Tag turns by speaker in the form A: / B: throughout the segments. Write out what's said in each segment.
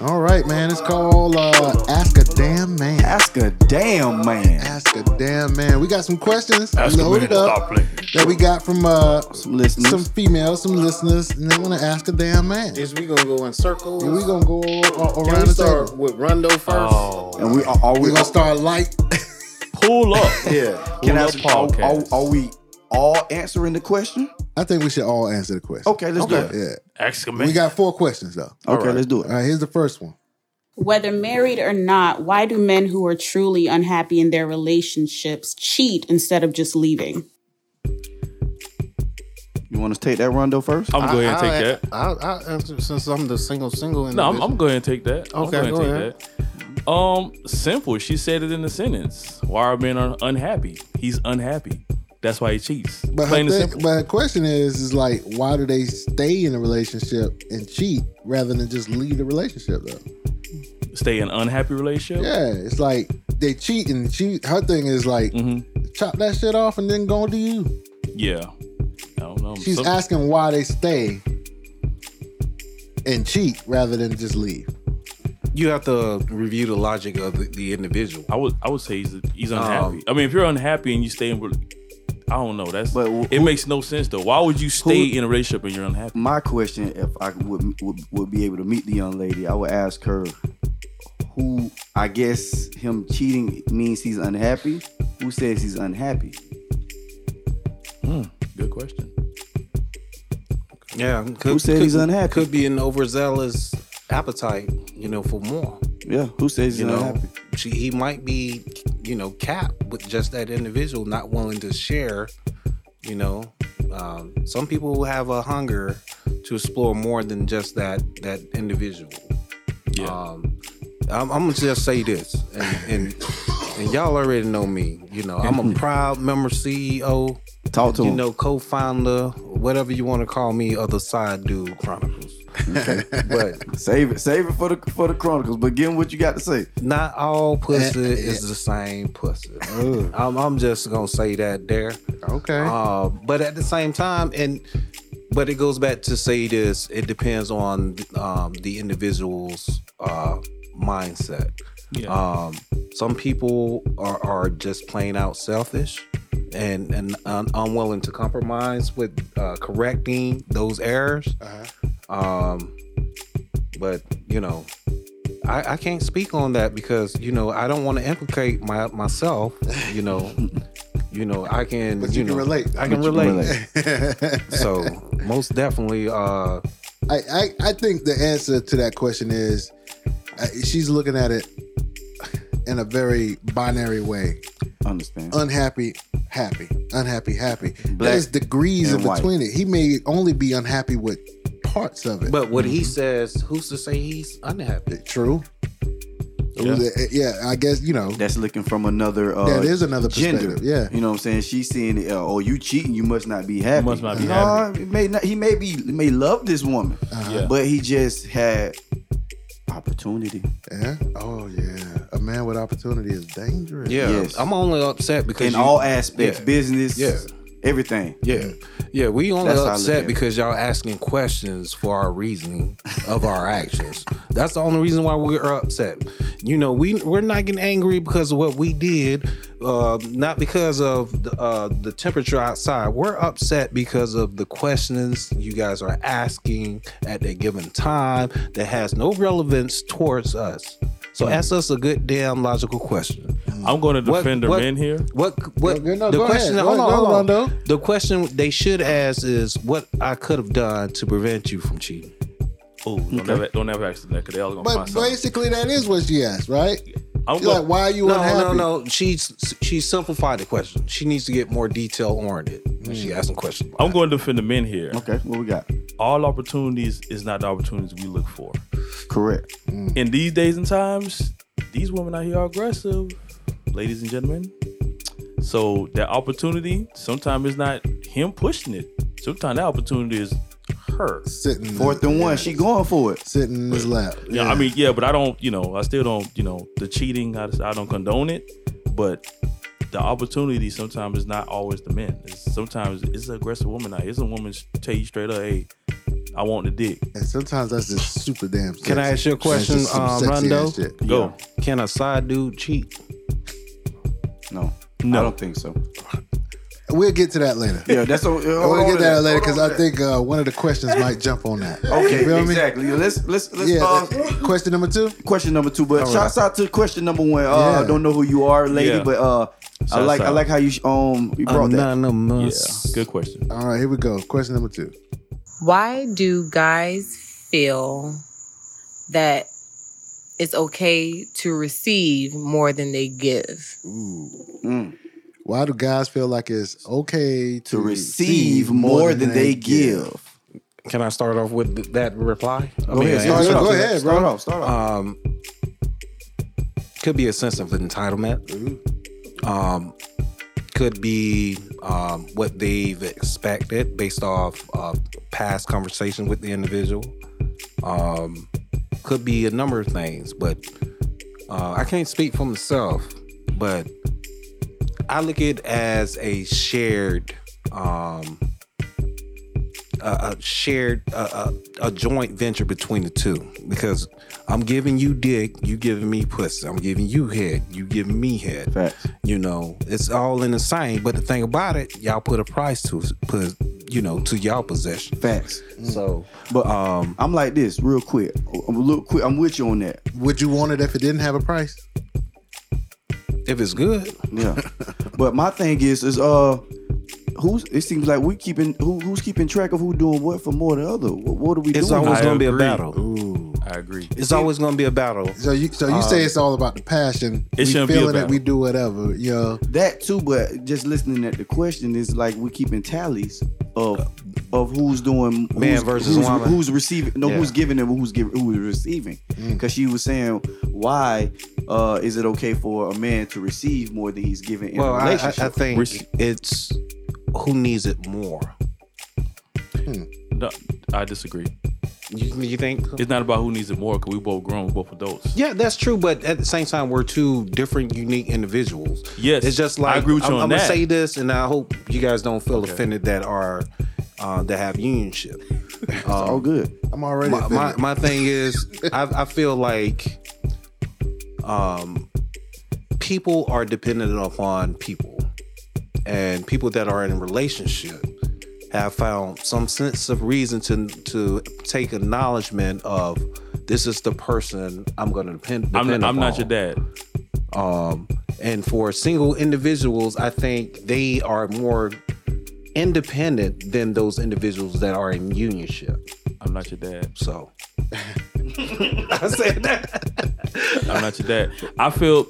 A: All right, man. It's called uh, Ask a Damn Man.
B: Ask a damn man.
A: Ask a damn man. We got some questions loaded up
C: playing.
A: that we got from uh,
B: Some listeners.
A: some females, some listeners, and they want to ask a damn man.
D: Is we gonna go in circles?
A: And we gonna go a- around
D: Can we
A: the
D: start
A: table.
D: with Rondo first?
C: Oh,
B: and we are, are
A: We
B: we
A: gonna start light.
C: pull up.
D: Yeah.
C: Pull
B: can I
C: up
B: ask, are, are,
C: podcast.
B: are we all answering the question?
A: I think we should all answer the question.
B: Okay, let's do it.
A: Yeah.
C: Ask a man.
A: We got four questions though.
B: Okay, let's do
A: All
B: it.
A: right, here's the first one.
E: Whether married or not, why do men who are truly unhappy in their relationships cheat instead of just leaving?
B: You want us to take that rondo first?
C: I'm going to take that.
D: I'll, I'll answer since I'm the single single.
C: No, I'm,
D: individual.
C: I'm going to take that. I'm
D: Okay,
C: going
D: go
C: to take
D: ahead.
C: that. Um, simple. She said it in the sentence. Why are men un- unhappy? He's unhappy. That's why he cheats.
A: But her,
C: Plain and
A: thing-
C: simple.
A: but her question is, is like, why do they stay in a relationship and cheat rather than just leave the relationship though?
C: Stay in unhappy relationship.
A: Yeah, it's like they cheat and cheat. Her thing is like, chop that shit off and then go to you.
C: Yeah. I don't know.
A: She's
C: Some-
A: asking why they stay and cheat rather than just leave.
D: You have to review the logic of the, the individual.
C: I would I would say he's he's unhappy.
D: Um,
C: I mean, if you're unhappy and you stay in, rel- I don't know. That's
B: But wh-
C: it makes no sense though. Why would you stay in a relationship and you're unhappy?
B: My question, if I would, would would be able to meet the young lady, I would ask her who. I guess him cheating means he's unhappy. Who says he's unhappy?
C: Good question.
D: Yeah. Could,
B: Who said
D: could-
B: he's unhappy?
D: Could be an overzealous appetite, you know, for more.
B: Yeah, who says he's
D: You know,
B: unhappy?
D: she, he might be, you know, capped with just that individual not willing to share. You know, um, some people have a hunger to explore more than just that that individual.
C: Yeah.
D: Um, I'm, I'm gonna just say this, and, and and y'all already know me. You know, I'm a proud member, CEO,
B: Mm-hmm. Talk to
D: you
B: him.
D: know, co-founder, whatever you want to call me, other side dude chronicles. but
B: Save it, save it for the for the chronicles. But give him what you got to say.
D: not all pussy is the same pussy. I'm, I'm just gonna say that there.
A: Okay.
D: Uh, but at the same time, and but it goes back to say this: it depends on um, the individual's uh, mindset.
C: Yeah.
D: Um, some people are, are just plain out selfish and and un- unwilling to compromise with uh, correcting those errors.
A: Uh-huh.
D: Um, but you know, I, I can't speak on that because you know I don't want to implicate my myself. You know, you know I can.
A: But you
D: know,
A: can relate.
D: I can
B: But you
D: relate.
B: relate.
D: so most definitely,
A: I,
D: uh,
A: I, I think the answer to that question is uh, she's looking at it in a very binary way.
B: Understand?
A: Unhappy, happy, unhappy, happy.
B: Black
A: There's degrees in
B: and white.
A: between it. He may only be unhappy with parts of it.
D: but what he says, who's to say he's unhappy?
A: True.
C: Yeah.
A: Yeah. yeah, I guess, you know,
B: That's looking from another. Uh,
A: that is another
B: gender.
A: perspective. Yeah.
B: You know what I'm saying? She's seeing it. Uh, oh, you cheating. You must not be happy.
C: must not be
B: no,
C: happy.
B: He may, not, he may be he may love this woman,
A: Uh-huh.
C: Yeah.
B: but he just had opportunity.
A: Yeah. Oh, yeah. A man with opportunity is dangerous.
D: Yeah,
B: Yes.
D: I'm only upset because
B: in
D: you-
B: all aspects,
D: yeah.
B: business,
D: Yeah.
B: everything.
D: Yeah, yeah, we only
B: That's how I look at
D: upset
B: it.
D: because y'all asking questions for our reasoning of our actions. That's the only reason why we're upset. You know, we we're not getting angry because of what we did, uh, not because of the, uh, the temperature outside. We're upset because of the questions you guys are asking at a given time that has no relevance towards us. So
B: Mm.
D: ask us a good damn logical question.
C: I'm going to
D: What-
C: defend the
D: what-
C: men here.
D: What what
A: No, no,
D: the
A: go
D: question?
A: ahead.
D: Hold
A: Go
D: on,
A: ahead, go,
D: hold on.
A: Rondo.
D: The question they should ask is what I could have done to prevent you from cheating.
C: Oh, don't ever don't ever ask them that because they all going to
A: But
C: find something.
A: basically, that is what she asked, right?
C: I'm
A: She's like,
C: going
A: why are you
D: No,
A: unhappy?
D: no, no. She's she simplified the question. She needs to get more detail oriented. when She asked some questions.
C: I'm going to defend the men here.
B: Okay, what we got?
C: All opportunities is not the opportunities we look for.
B: Correct.
A: Mm-hmm.
C: In these days and times, these women out here are aggressive, ladies and gentlemen. So that opportunity, sometimes it's not him pushing it. Sometimes that opportunity is her.
A: Sitting in-
B: Fourth and one. She going for it.
A: Sitting in his lap.
C: Yeah, I mean, yeah, but I don't, you know, I still don't, you know, the cheating, I, I don't condone it, but the opportunity sometimes is not always the men. It's, sometimes it's an aggressive woman out here. It's a woman sh- tell you straight up, hey, I want the dick.
A: And sometimes that's just super damn. Sexy.
D: Can I ask you a question,
A: That's just some
D: um,
A: sexy
D: Rondo?
A: ass shit.
C: Go.
D: Can a side dude cheat?
B: No,
C: No.
B: I don't think so.
A: We'll get to that later.
B: Yeah, that's what.
A: we'll get to that later because I think uh, one of the questions might jump on that.
B: Okay,
A: You feel me?
B: exactly. Let's let's let's
A: Yeah.
B: uh,
A: that- question number two.
B: question number two. But
A: All
B: shouts out to question number one. Uh,
A: Yeah.
B: I don't know who you are, lady,
C: Yeah.
B: but uh, I
C: Shouts
B: like I
C: out.
B: like how you sh- um you brought that.
C: Yeah.
D: Anonymous.
C: Good question.
A: All right, here we go. Question number two.
F: Why do guys feel that it's okay to receive more than they give?
B: Mm.
A: Why do guys feel like it's okay to,
B: To receive more than they give.
D: Can I start off with th- that reply? I
B: Go
D: mean,
B: ahead, start
D: answer.
B: it
A: Go
B: off.
A: ahead,
B: start
A: bro.
B: off. Start off.
D: um could be a sense of entitlement um could be um what they've expected based off of past conversation with the individual um could be a number of things but uh, i can't speak for myself but i look at it as a shared um a, a shared a, a, a joint venture between the two because I'm giving you dick, you giving me pussy. I'm giving you head, you giving me head.
B: Facts.
D: You know, it's all in the same. But the thing about it, y'all put a price to put you know to y'all possession.
B: Facts.
D: So,
B: But
D: um,
B: I'm like this real quick. I'm a little quick. I'm with you on that.
A: Would you want it if it didn't have a price?
D: if it's good,
B: Yeah. but my thing is is uh who's it seems like we keeping who who's keeping track of who doing what for more than other. What, what are we
D: it's
B: doing?
D: always
C: I
D: gonna be a
C: agree.
D: battle.
A: Ooh.
C: I agree.
D: It's always gonna be a battle.
A: So you so you say it's all about the passion.
C: It
A: we
C: shouldn't be a
A: feeling it, we
C: battle.
A: do whatever. You know,
B: that too, but just listening at the question is like we keeping tallies of of who's doing
D: Man
B: who's,
D: versus
B: who's,
D: woman.
B: who's receiving no
D: Yeah. Mm.
B: who's giving and who's giving who's receiving because she was saying why uh is it okay for a man to receive more than he's giving in
D: Well,
B: a
D: I, I,
B: relationship
D: I think
C: Rec-
D: it's who needs it more.
C: No, I disagree.
D: You, you think?
C: It's not about who needs it more because we both grown, we both adults.
D: Yeah, that's true. But at the same time, we're two different, unique individuals.
C: Yes,
D: it's just like
C: I agree with you
D: am
C: on
D: I'm
C: that.
D: gonna say this, and I hope you guys don't feel offended that are uh, that have unionship.
B: it's all good
A: I'm already.
D: My, my,
A: offended.
D: my thing is, I, I feel like um, people are dependent upon people, and people that are in a relationship have found some sense of reason to to take acknowledgement of this is the person I'm going to depend.
C: I'm,
D: depend
C: I'm not
D: upon.
C: your dad.
D: Um, and for single individuals, I think they are more independent than those individuals that are in unionship.
C: I'm not your dad.
D: So I said that.
C: I'm not your dad. I feel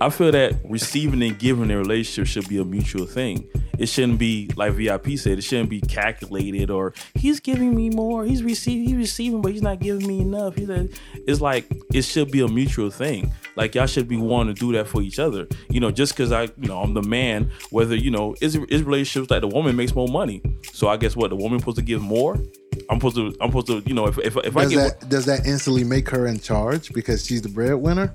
C: I feel that receiving and giving in a relationship should be a mutual thing. It shouldn't be like VIP said. It shouldn't be calculated or he's giving me more. He's receiving. He's receiving, but he's not giving me enough. He's not-" it's like it should be a mutual thing. Like y'all should be wanting to do that for each other. You know, just because I, you know, I'm the man. Whether you know, is is relationships like the woman makes more money. So I guess what the woman supposed to give more. I'm supposed to. I'm supposed to. You know, if if, if I
A: does
C: get.
A: that does that instantly make her in charge because she's the breadwinner?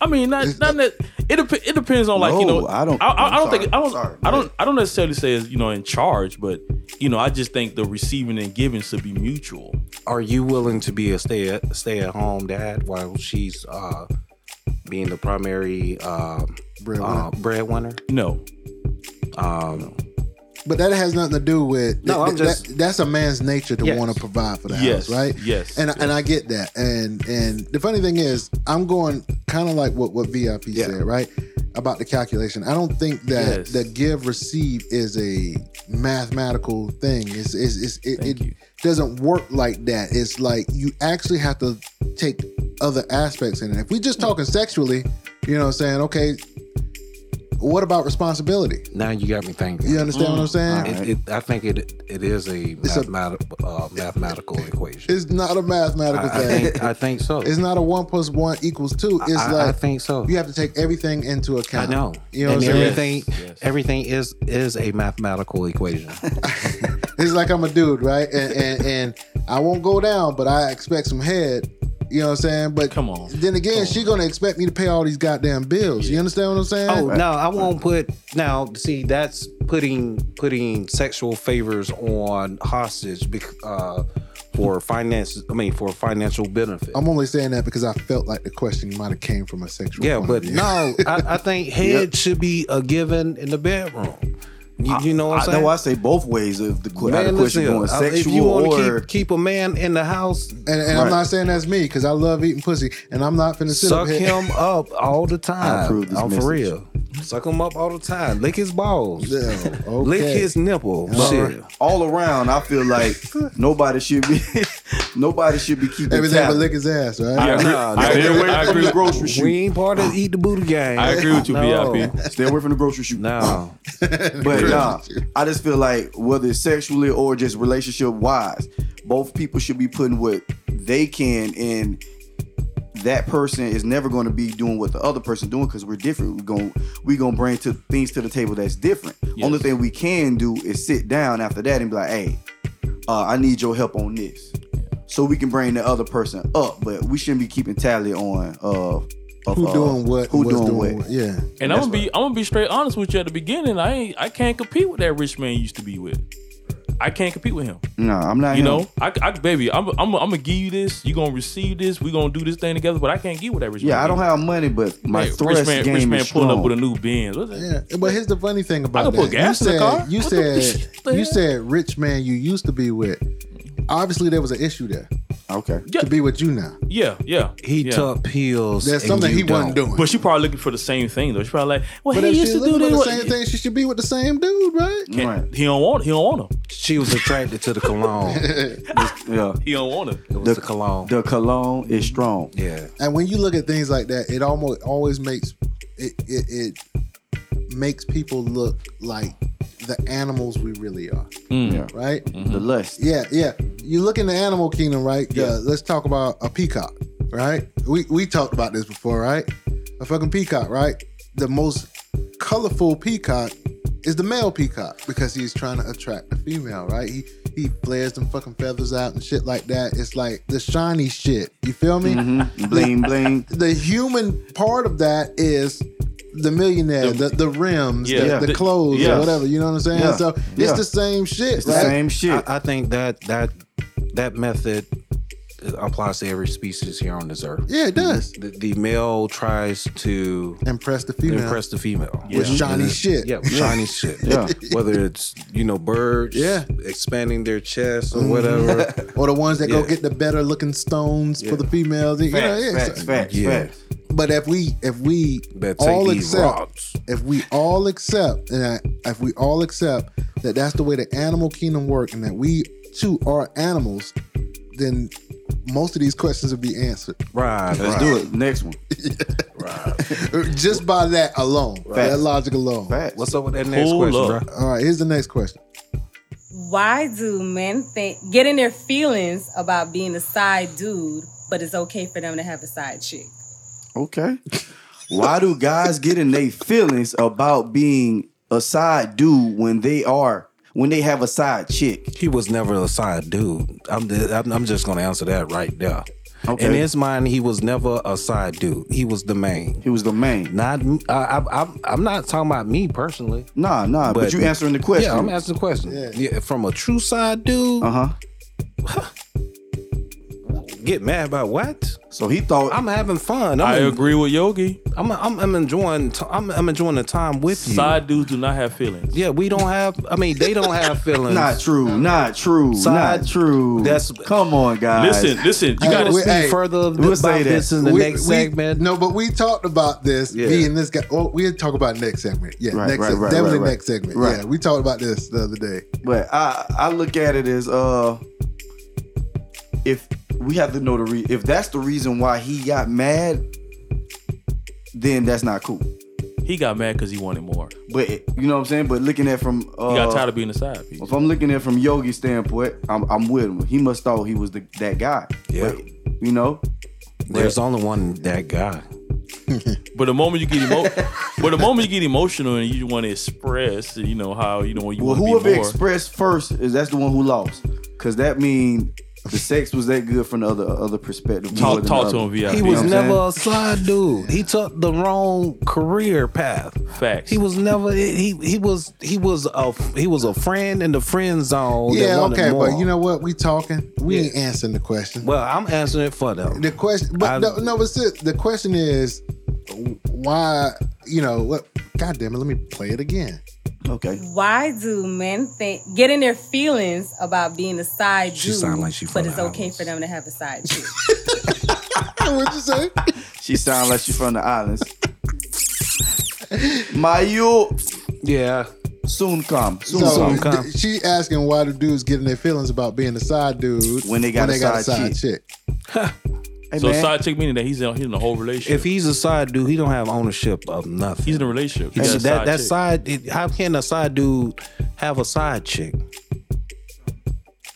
C: I mean, not
A: It's
C: not that it dep- it depends on like you
B: No,
C: know.
B: I don't-
C: I, I, I
B: I'm
C: don't think I
B: sorry,
C: don't.
B: sorry.
C: I don't. I don't necessarily say it's you know in charge, but you know I just think the receiving and giving should be mutual.
D: Are you willing to be a stay at, stay at home dad while she's uh, being the primary um,
A: Breadwinner.
D: uh, breadwinner?
C: No,
D: Um,
A: But that has nothing to do with
D: No, I'm
A: that-
D: just-
A: that- that's a man's nature to
D: Yes.
A: want to provide for the
C: Yes,
A: house, right?
C: yes,
A: And and I get that. And and the funny thing is, I'm going kind of like what what VIP said, right? About the calculation. I don't think that
C: Yes.
A: the give receive is a mathematical thing. It's, it's, it's it,
C: Thank
A: it
C: you.
A: doesn't work like that. It's like you actually have to take other aspects in it. If we just talking sexually, you know what I'm saying? Okay, what about responsibility?
D: now you got me thinking.
A: You understand what I'm saying?
D: It, it, I think it it is a,
A: a-
D: mathematical uh, mathematical equation.
A: It's not a mathematical
D: I, I
A: thing.
D: think I think so.
A: it's not a one plus one equals two. It's
D: I,
A: like
D: I think so.
A: you have to take everything into
D: I
A: account.
D: know.
A: You know
D: and
A: what I'm saying?
D: everything
C: Yes, yes.
D: everything is is a mathematical equation.
A: It's like I'm a dude, right? And, and and I won't go down, but I expect some head. You know what I'm saying? But
C: Come on.
A: Then again, she gonna expect me to pay all these goddamn bills. You understand what I'm saying?
D: Oh no, I won't put now. See, that's putting putting sexual favors on hostage bec- uh, for finances. I mean, for financial benefit.
A: I'm only saying that because I felt like the question might have came from a sexual.
D: yeah,
A: point
D: but
A: of view.
D: no, I, I think head should be a given in the bedroom. You, you know what I'm
B: I
D: saying?
B: know I say both ways of the, que- how the
D: Man,
B: question
D: listen,
B: going
D: I-
B: sexual
D: if you wanna
B: or
D: keep, keep a man in the house,
A: And, and I'm
B: Right.
A: not saying that's me because I love eating pussy, and I'm not finna sit up
D: suck
A: here.
D: him up all the time.
B: approve this
D: I'm
B: message.
D: for real. Suck him up all the time. Lick his balls.
A: Yeah, okay.
D: Lick his nipple. Shit.
B: all around. I feel like nobody should be nobody should be keeping
A: everything
B: tab.
A: but lick his ass,
C: I
A: right?
C: agree.
D: nah,
C: I
D: nah.
B: Stay
C: agree with-
B: away
C: I
B: from
C: agree
B: the grocery
D: We
B: shoot.
D: ain't part of the eat the booty gang.
C: I agree with you,
D: No.
C: VIP.
B: Stay away from the grocery shoot.
D: No.
B: But nah, I just feel like whether it's sexually or just relationship wise, both people should be putting what they can in. That person is never going to be doing what the other person doing because we're different. We're going we gonna bring to things to the table that's different. Only thing we can do is sit down after that and be like, "Hey, uh, I need your help on this," so we can bring the other person up. But we shouldn't be keeping tally on uh, of,
A: Who
B: uh,
A: doing what?
B: Who
A: what's
B: doing,
A: doing
B: what?
A: Yeah.
C: And I'm gonna be I'm gonna be straight honest with you at the beginning. I ain't I can't compete with that rich man you used to be with. I can't compete with him.
B: No, I'm not.
C: You
B: him.
C: know, I, I baby, I'm I'm I'm gonna give you this. You gonna receive this. We gonna do this thing together. But I can't give with that rich man.
B: Yeah, I don't
C: is.
B: have money, but my
C: Hey,
B: thrust
C: rich man,
B: game
C: rich man
B: is
C: pulling
B: strong.
C: up with a new Benz. What's that?
A: Yeah, but here's the funny thing about
C: can put
A: that.
C: gas
A: you
C: in the
A: said,
C: car.
A: You
C: What the-
A: said
C: what the
A: you
C: hell?
A: said rich man you used to be with. Obviously, there was an issue there
B: Okay.
A: to be with you now.
C: Yeah, yeah.
D: He
C: yeah.
D: took pills.
A: There's
D: and
A: something
D: you
A: he wasn't
D: don't.
A: doing.
C: But she probably looking for the same thing though. She probably like, well,
A: But
C: he
A: if
C: used
A: she's
C: to do
A: looking for
C: this.
A: the
C: what-
A: same thing, she should be with the same dude, right?
C: Can't-
B: Right.
C: He don't want. He don't want him.
D: She was attracted to the cologne. It
B: Yeah.
C: He don't want him.
D: was
B: The-
D: the, cologne.
B: The cologne is strong.
D: yeah.
A: And when you look at things like that, it almost always makes it it, it makes people look like the animals we really are,
C: Mm.
B: Yeah.
A: right?
C: Mm-hmm.
B: The lust.
A: Yeah, yeah. You look in the animal kingdom, right? Yeah.
C: Yeah.
A: let's talk about a peacock, right? We we talked about this before, right? A fucking peacock, right? The most colorful peacock is the male peacock because he's trying to attract the female, right? He he flares them fucking feathers out and shit like that. It's like the shiny shit. You feel me?
B: Mhm. Bling bling.
A: the human part of that is the millionaire, the, the, rims,
C: Yeah.
A: the, the
C: The-
A: clothes, or
C: yes.
A: whatever. You know what I'm saying?
B: Yeah.
A: So it's
B: Yeah.
A: the same shit,
B: It's the
A: right?
B: same shit.
D: I, I think that that that method applies to every species here on this earth.
A: Yeah, it does.
D: The, the male tries to
A: Impress the female
D: impress the female
A: with shiny shit.
D: Yeah, with shiny shit.
B: Yeah.
D: Whether it's you know birds,
A: Yeah. Mm-hmm.
D: expanding their chest or whatever.
A: Or the ones that go
D: Yeah.
A: get the better looking stones for the females. You know,
B: Facts,
A: yeah,
B: facts,
A: so-
B: facts,
D: Yeah.
B: facts.
A: But if we if we
D: Better take
A: all
D: these
A: accept
D: rocks.
A: if we all accept and I, if we all accept that that's the way the animal kingdom work and that we too are animals, then most of these questions will be answered.
D: Right,
B: Let's
D: right.
B: do it. Next one.
A: Just by that alone, by that
B: Facts.
A: logic alone.
B: Facts.
D: What's up with that next
C: Pull
D: question,
C: up.
D: bro?
A: All right, here's the next question.
G: Why do men think get in their feelings about being a side dude, but it's okay for them to have a side chick?
B: okay. Why do guys get in their feelings about being a side dude when they are when they have a side chick?
D: He was never a side dude. I'm, I'm I'm just gonna answer that right there.
B: Okay.
D: In his mind, he was never a side dude. He was the main.
B: He was the main.
D: Not I, I, I'm I'm not talking about me personally.
B: Nah, nah. But,
D: But-
B: you answering the question.
D: Yeah, I'm asking the question.
A: Yeah.
D: Yeah. from a true side dude,
B: uh huh.
D: get mad about what?
B: So he thought.
D: I'm having fun. I'm
C: I
D: en-
C: agree with Yogi.
D: I'm, I'm, I'm enjoying. T- I'm, I'm enjoying the time with you.
C: Side dudes do not have feelings.
D: Yeah, we don't have. I mean, they don't have feelings.
B: not true. Not true.
D: Side-
B: not true.
D: That's-
B: come on, guys.
C: Listen, listen. You
A: Hey,
C: gotta.
A: we-
D: Speak further
B: we'll
D: about
B: say that.
D: this in the next segment.
A: No, but we talked about this
D: Yeah.
A: being this guy. Oh, we'll talk about next segment. Yeah,
B: Right,
A: next
B: right,
A: seg-
B: right,
A: definitely
B: right, right.
A: next segment.
B: Right.
A: Yeah, we talked about this the other day.
B: But I I look at it as uh if we have to know the re- if that's the reason why he got mad, then that's not cool.
C: He got mad because he wanted more.
B: But it- you know what I'm saying. But looking at from uh,
C: He got tired of being a side piece.
B: if I'm looking at from Yogi's standpoint, I'm I'm with him. He must thought he was the, that guy.
D: Yeah.
B: But, you know.
D: There's only one that guy.
C: But the moment you get emo- but the moment you get emotional and you want to express, you know how you know you
B: Well,
C: want to
B: whoever
C: be more.
B: expressed first is that's the one who lost, because that mean the sex was that good from the other other perspective. more
C: Talk,
B: than
C: talk
B: the
C: to
B: other.
C: him, VIP.
D: He
B: You know
D: was
B: what I'm
D: never
B: saying?
D: a slide dude. He took the wrong career path.
C: Facts.
D: He was never he he was he was a he was a friend in the friend zone. that
A: yeah,
D: wanted
A: okay,
D: more.
A: but you know what? We talking. We
D: Yeah.
A: ain't answering the question.
D: Well, I'm answering it for them.
A: the question, but
D: I-
A: no, no, but sit, the question is why? You know what? God damn it! Let me play it again.
B: Okay.
G: Why do men think get in their feelings about being a side
D: She
G: dude,
D: sound like she from
G: but it's
D: the
G: okay
D: islands.
G: for them to have a side chick?
A: What'd you say?
B: She sound like she from the islands. My you
D: Yeah.
B: soon come. Soon
A: so
D: some
B: come.
D: come.
A: th- she asking why the dudes getting their feelings about being a side dude
B: When they got a side
A: chick.
B: Hey,
C: so
B: man.
C: side chick meaning that he's in, he's in a whole relationship.
D: If he's a side dude, he don't have ownership of nothing.
C: he's in a relationship,
D: He
C: he's
D: just-
C: a
D: that
C: side
D: that
C: chick.
D: side. it- how can a side dude have a side chick?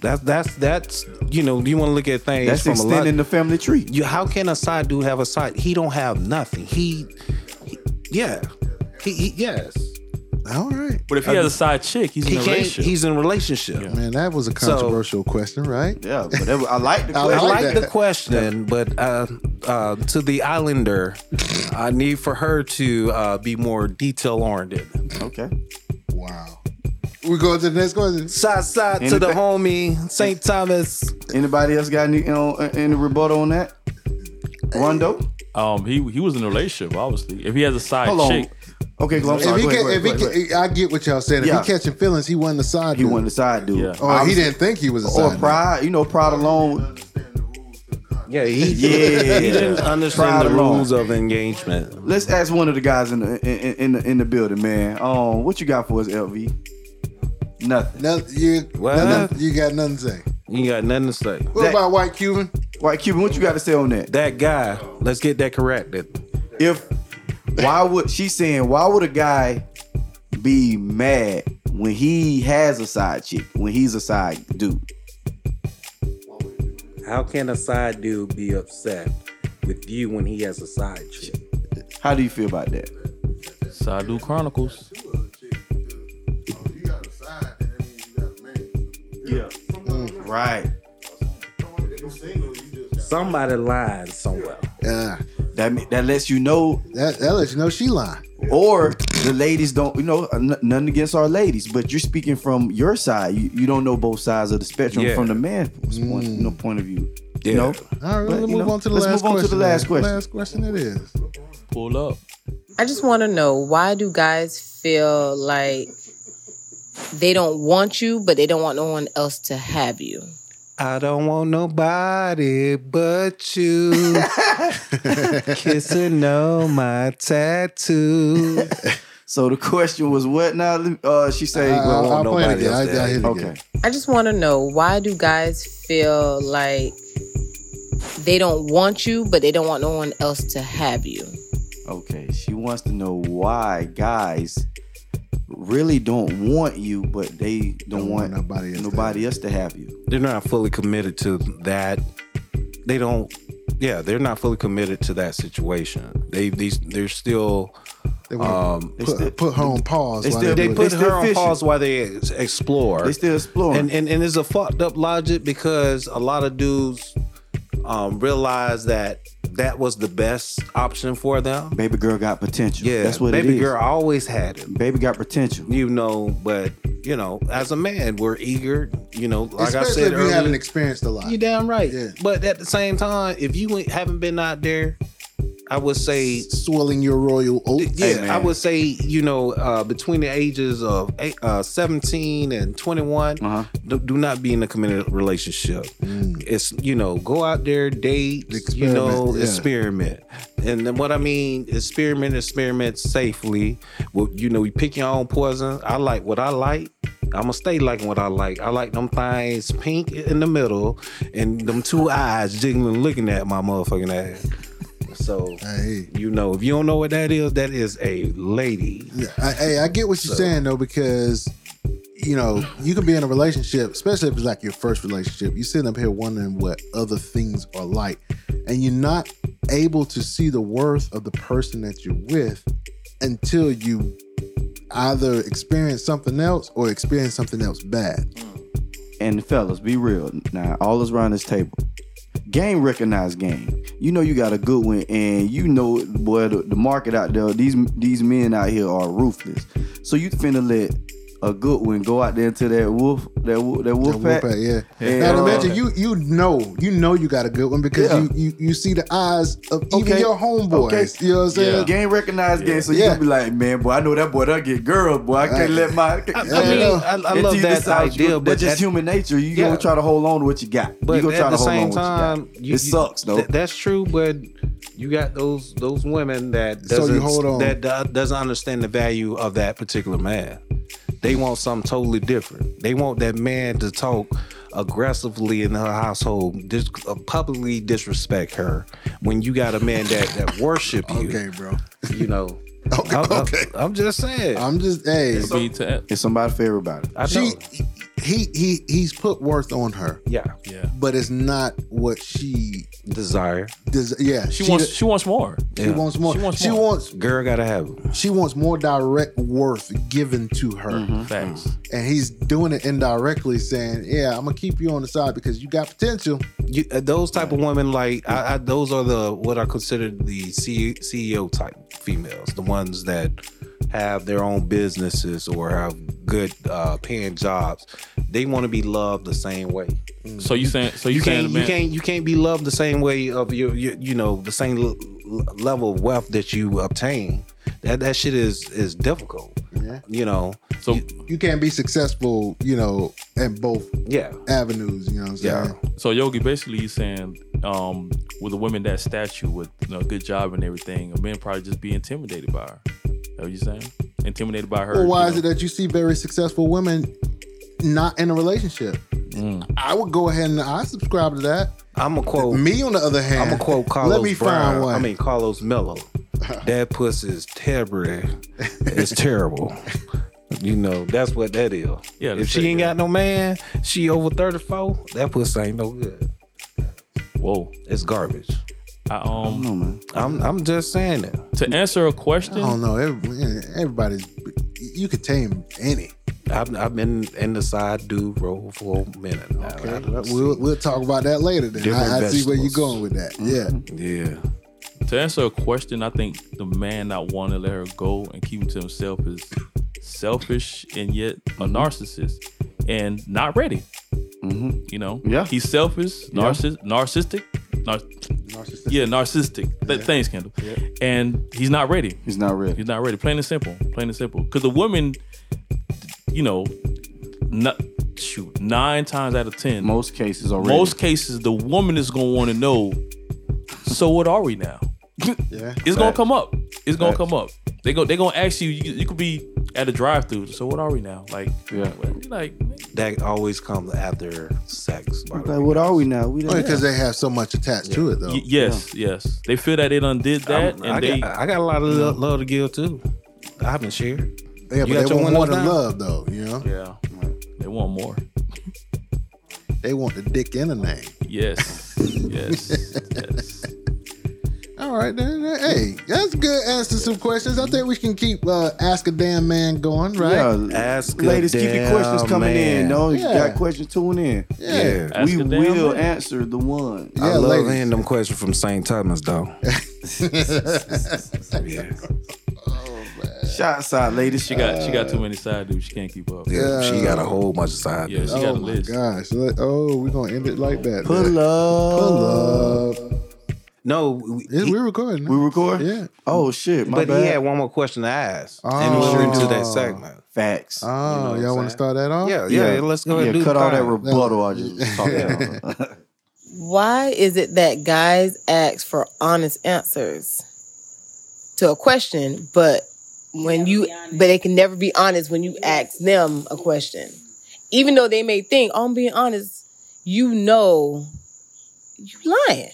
D: That's that's that's you know you want to look at things
B: That's
D: from a lot.
B: extending the family tree.
D: you how can a side dude have a side? He don't have nothing. He, he- yeah, he, he yes.
A: All right,
C: But if he has a side chick, he's in
D: He
C: a
D: can't.
C: relationship.
D: He's in a relationship.
A: man, that was a controversial question, right?
B: Yeah, but that, was- I like the
A: I
D: I
B: question.
D: like
A: that.
D: the question, but uh, uh, to the Islander, I need for her to uh, be more detail oriented.
B: okay.
A: Wow. We go to the next question.
D: Side side to the
B: Anything-
D: homie St. Thomas.
B: Anybody else got any you know, any rebuttal on that? Rondo.
C: um, he he was in a relationship, obviously. If he has a side
B: Hold on.
C: chick,
B: Okay, 'cause I'm
A: If
B: sorry.
A: he,
B: Go
A: ca-
B: ahead, go
A: if he,
B: ahead, go ahead.
A: ca- I get what y'all saying. If
B: Yeah.
A: he catching feelings, he wasn't a side
B: He
A: dude.
B: wanted the side dude.
C: Yeah.
A: or Oh, he
B: Obviously-
A: didn't think he was a side
B: Or
A: dude.
B: pride. You know, pride alone.
D: Yeah, he,
B: Yeah.
D: he didn't
B: Proud
D: understand the
B: of all.
D: rules of engagement.
B: Let's ask one of the guys in the in, in the in the building, man. Um, what you got for us, LV? Nothing.
A: No, you,
D: What?
A: nothing- you got nothing to say.
D: You got nothing to say.
A: What
B: That-
A: about white Cuban?
B: White Cuban, what you got to say on that?
D: That guy, let's get that corrected.
B: If why would she's saying why would a guy be mad when he has a side chick when he's a side dude?
D: How can a side dude be upset with you when he has a side chick?
B: How do you feel about that?
C: side dude chronicles. Yeah.
B: Right.
D: Somebody lied somewhere.
A: Yeah,
B: That ma- that lets you know,
A: Uh, that, that lets you know she lying.
B: or the ladies don't. You know, n- nothing against our ladies, but you're speaking from your side. You, you don't know both sides of the spectrum
D: Yeah.
B: from the man's point,
A: Mm.
B: you know, point of view.
D: Yeah.
B: You know,
A: All right,
B: But,
A: let's
B: you
A: move
B: know,
A: on to the
B: let's
A: last
B: move on to
A: question.
B: the last
A: then.
B: question.
A: Last question it is.
C: Pull up.
F: I just want to know why do guys feel like they don't want you, but they don't want no one else to have you?
D: I don't want nobody but you. Kissing on my tattoo.
B: so the question was what now? Let me- Uh, she say,
A: I- I'll, I'll
D: want
A: play it
D: nobody
A: again. I,
D: else there.
A: I hit it
B: okay,
A: again.
F: I just want to know why do guys feel like they don't want you, but they don't want no one else to have you?
B: okay. She wants to know why guys really don't want you, but they don't,
A: Don't want
B: want,
A: nobody else to
B: nobody else to have you.
D: They're not fully committed to that. They don't. Yeah, they're not fully committed to that situation. They, they they're still
A: They want
D: Um,
A: to put,
B: still-
A: put her on pause.
B: they
A: while
B: still-
A: they
D: they
A: do it.
D: put
B: still
D: her on
B: fishing.
D: pause while they ex- explore.
B: They still exploring.
D: and, and and it's a fucked up logic because a lot of dudes um, realize that that was the best option for them.
B: baby girl got potential.
D: Yeah,
B: that's what
D: baby
B: it is.
D: girl always had it,
B: Baby got potential.
D: you know. But you know, as a man, we're eager. You know, like
A: Especially
D: I said
A: if you haven't
D: earlier,
A: experienced a lot.
D: you damn right.
A: Yeah.
D: But at the same time, if you ain't- haven't been out there, I would say
A: Swelling your royal oat.
D: yeah,
B: man.
D: I would say you know uh, between the ages of eight, uh, seventeen and twenty one,
B: Uh-huh.
D: do, do not be in a committed relationship. It's you know go out there, date, you
A: Experiment,
D: know
A: yeah.
D: experiment, and then what I mean experiment, experiment safely. Well, you know you pick your own poison. I like what I like. I'm gonna stay liking what I like. I like them things pink in the middle and them two eyes jiggling, looking at my motherfucking ass. So
A: Hey.
D: you know, if you don't know what that is, that is a lady.
A: Yeah, I, hey, I get what you're saying though, because you know you can be in a relationship, especially if it's like your first relationship. You're sitting up here wondering what other things are like, and you're not able to see the worth of the person that you're with until you either experience something else or experience something else bad.
B: and fellas, be real. Now, all us around this table, game recognize game. You know you got a good one, and you know boy, the, the market out there. These these men out here are ruthless. So you finna let a good one go out there to that wolf that wolf that wolf,
A: Wolfpack,
B: pack.
A: yeah.
B: And,
A: now
B: uh,
A: imagine you you know you know you got a good one because
B: Yeah.
A: you, you you see the eyes of even
B: Okay.
A: your homeboys.
B: Okay.
A: You know what I'm saying?
C: Yeah.
B: Game recognized game, so you
A: Yeah.
B: gonna be like, man, boy, I know that boy, that get girl, boy. I can't
A: Right.
B: let my.
D: I,
A: Yeah,
D: I mean,
A: no.
D: I, I
B: Until
D: love
B: you
D: that
B: decide you-
D: idea, but
B: that's just
D: at-
B: human nature. You
D: Yeah.
B: gonna try to hold on to what you got.
D: But
B: you gonna
D: at
B: try to
D: the
B: hold
D: same
B: on to what you
D: time,
B: got.
D: you,
B: it
D: you-
B: sucks though.
D: th- that's true, but you got those those women that
A: So you
D: doesn't
A: hold on.
D: that do- doesn't understand the value of that particular man. They want something totally different. They want that man to talk aggressively in her household, dis- uh, publicly disrespect her. When you got a man that that worship you,
A: Okay, bro.
D: you know.
A: Okay,
D: I'm, I'm-
A: okay.
D: I'm just saying.
A: I'm just hey.
C: It'd be to-
B: it's somebody for everybody.
D: I
A: She
D: know.
A: he he he's put worth on her,
D: yeah,
C: yeah.
A: but it's not what she
D: desire.
A: does. Yeah,
C: She, wants.
A: d-
C: she wants more.
A: She
D: yeah.
A: wants more.
C: She wants
A: She
C: more.
A: wants
D: Girl gotta have it.
A: she wants more direct worth given to her,
C: Mm-hmm. Facts.
A: and he's doing it indirectly, saying, "Yeah, I'm gonna keep you on the side because you got potential."
D: you, uh, those type of women like I, I, those are the what are considered the C, CEO type females, the ones that have their own businesses or have good uh, paying jobs. They want to be loved the same way.
C: So you saying? So you,
D: You
C: saying
D: can't
C: the
D: you
C: man?
D: can't you can't be loved the same way of your, your you know the same l- l- level of wealth that you obtain. That that shit is is difficult.
A: Yeah.
D: You know.
C: so
A: You can't be successful, you know, in both
D: Yeah.
A: avenues. You know what I'm saying?
D: Yeah.
C: So Yogi, basically, he's saying um, with a woman that statue with you know, a good job and everything, a man probably just be intimidated by her. That what you saying? Intimidated by her.
A: Well, why
C: you
A: is it
C: know?
A: that you see very successful women not in a relationship?
C: Mm.
A: I would go ahead and I subscribe to that.
D: I'm a quote.
A: Me, on the other hand,
D: I'm gonna quote Carlos
A: Let me
D: Brown.
A: find one.
D: I mean Carlos Mello. that puss is terrible. It's terrible. You know that's what that is.
C: Yeah,
D: if
C: that's
D: she
C: it,
D: ain't
C: yeah.
D: got no man, she over thirty four. That puss ain't no good.
C: Whoa.
D: It's garbage.
C: I, um.
B: No man.
D: I'm I'm just saying it.
C: To answer a
A: I
C: question,
A: don't know. Every- Everybody's you could tame any.
D: I've I've been in the side dude role for a minute now. I don't see- Mm-hmm.
A: We'll, we'll talk about that later. Then
D: Different
A: I, I see where you're
D: vegetables.
A: going with that. Yeah,
D: yeah.
C: to answer a question, I think the man not want to let her go and keep him to himself is selfish and yet a narcissist and not ready. You know,
B: Yeah.
C: he's selfish, narciss- narcissistic, nar-
A: narcissistic.
C: yeah, narcissistic. Th- Thanks, Kendall. And he's not ready.
B: He's not ready.
C: He's not ready. Plain and simple. Plain and simple. Because the woman, you know, not, shoot, nine times out of ten,
B: Most cases are ready.
C: most cases, the woman is gonna want to know. So what are we now?
A: yeah.
C: It's gonna
B: Facts.
C: come up. It's gonna
B: Facts.
C: come up. They go. They gonna ask you. You, you could be at a drive-through. So what are we now? Like,
B: Yeah.
C: well, you like
D: That always comes after sex. By the
B: Like,
D: way.
B: what are we now? We done-
A: Because they have so much attached to it, though.
C: y- yes, yes. They feel that they done did that,
D: I'm-
C: and
D: I,
C: they.
D: got, I got a lot of lo- love to give too. I haven't shared.
A: yeah,
D: You
A: but
D: got
A: they
D: your
A: want more
D: windows
A: than
D: down?
A: love, though. You know,
C: yeah. They want more.
A: they want the dick and the name.
C: Yes. yes. Yes.
A: All right, then. then, Hey, that's good. Answer some questions. I think we can keep uh, ask a damn man going, right?
B: Yeah,
D: Ask a
B: ladies, keep your
D: damn
B: questions coming in.
D: man.
B: No, if you
A: Yeah.
B: got questions, tune in.
A: Yeah. Yeah,
C: Ask
B: we
C: a damn
B: will
C: man.
B: answer the one.
A: Yeah,
D: I love
A: ladies.
D: hearing them questions from St. Thomas though. yeah.
B: Shots out, ladies.
C: She got. she got too many side dudes. She can't keep up. Yeah.
D: Yeah, she got a whole bunch of side.
C: Yeah, she
D: bitches.
C: got
A: Oh
C: a
A: my
C: list.
A: gosh! Let- Oh, we're gonna end it like that.
B: pull up.
A: Pull up.
D: No, we-
A: Yeah,
D: he-
A: we're recording.
B: We record.
A: Yeah.
B: Oh shit, my
D: but
B: bad.
D: he had one more question to ask in
A: Oh.
D: relation to that segment.
B: Facts.
A: Oh,
D: You know what
A: y'all want
D: I'm
A: to
D: saying?
A: start that off?
D: Yeah, yeah, Let's go ahead
B: Yeah,
D: and do
B: cut
D: the
B: all that
D: time.
B: rebuttal I just was talking about.
F: Why is it that guys ask for honest answers to a question, but when you but they can never be honest when you ask them a question? Even though they may think, oh, I'm being honest, you know you lying.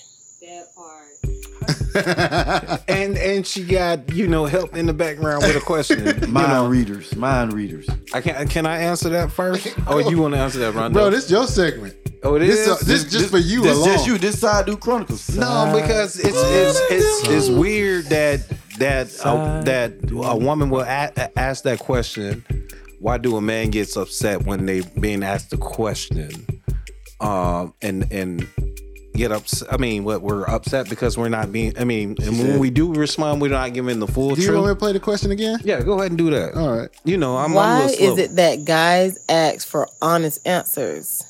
D: and and she got you know help in the background with a question. You
B: Mind
D: know,
B: readers. Mind readers.
D: I can can I answer that first, or you want to answer that, Rondo?
A: Bro, this your segment.
D: oh, it
A: This,
D: is?
A: uh, this, just for you
B: This
A: alone.
B: just you. This side do chronicles.
D: No, because it's it's it's, it's weird that that uh, that a woman will a- a- ask that question why do a man gets upset when they being asked a question, um, and and get upset? I mean, what we're upset because we're not being. I mean, and when we do respond, we're not giving the full
A: Do you want me
D: truth.
A: to play the question again?
D: Yeah, go ahead and do that.
A: All right.
D: You know, I'm. I'm a
F: Why
D: little slow.
F: is it that guys ask for honest answers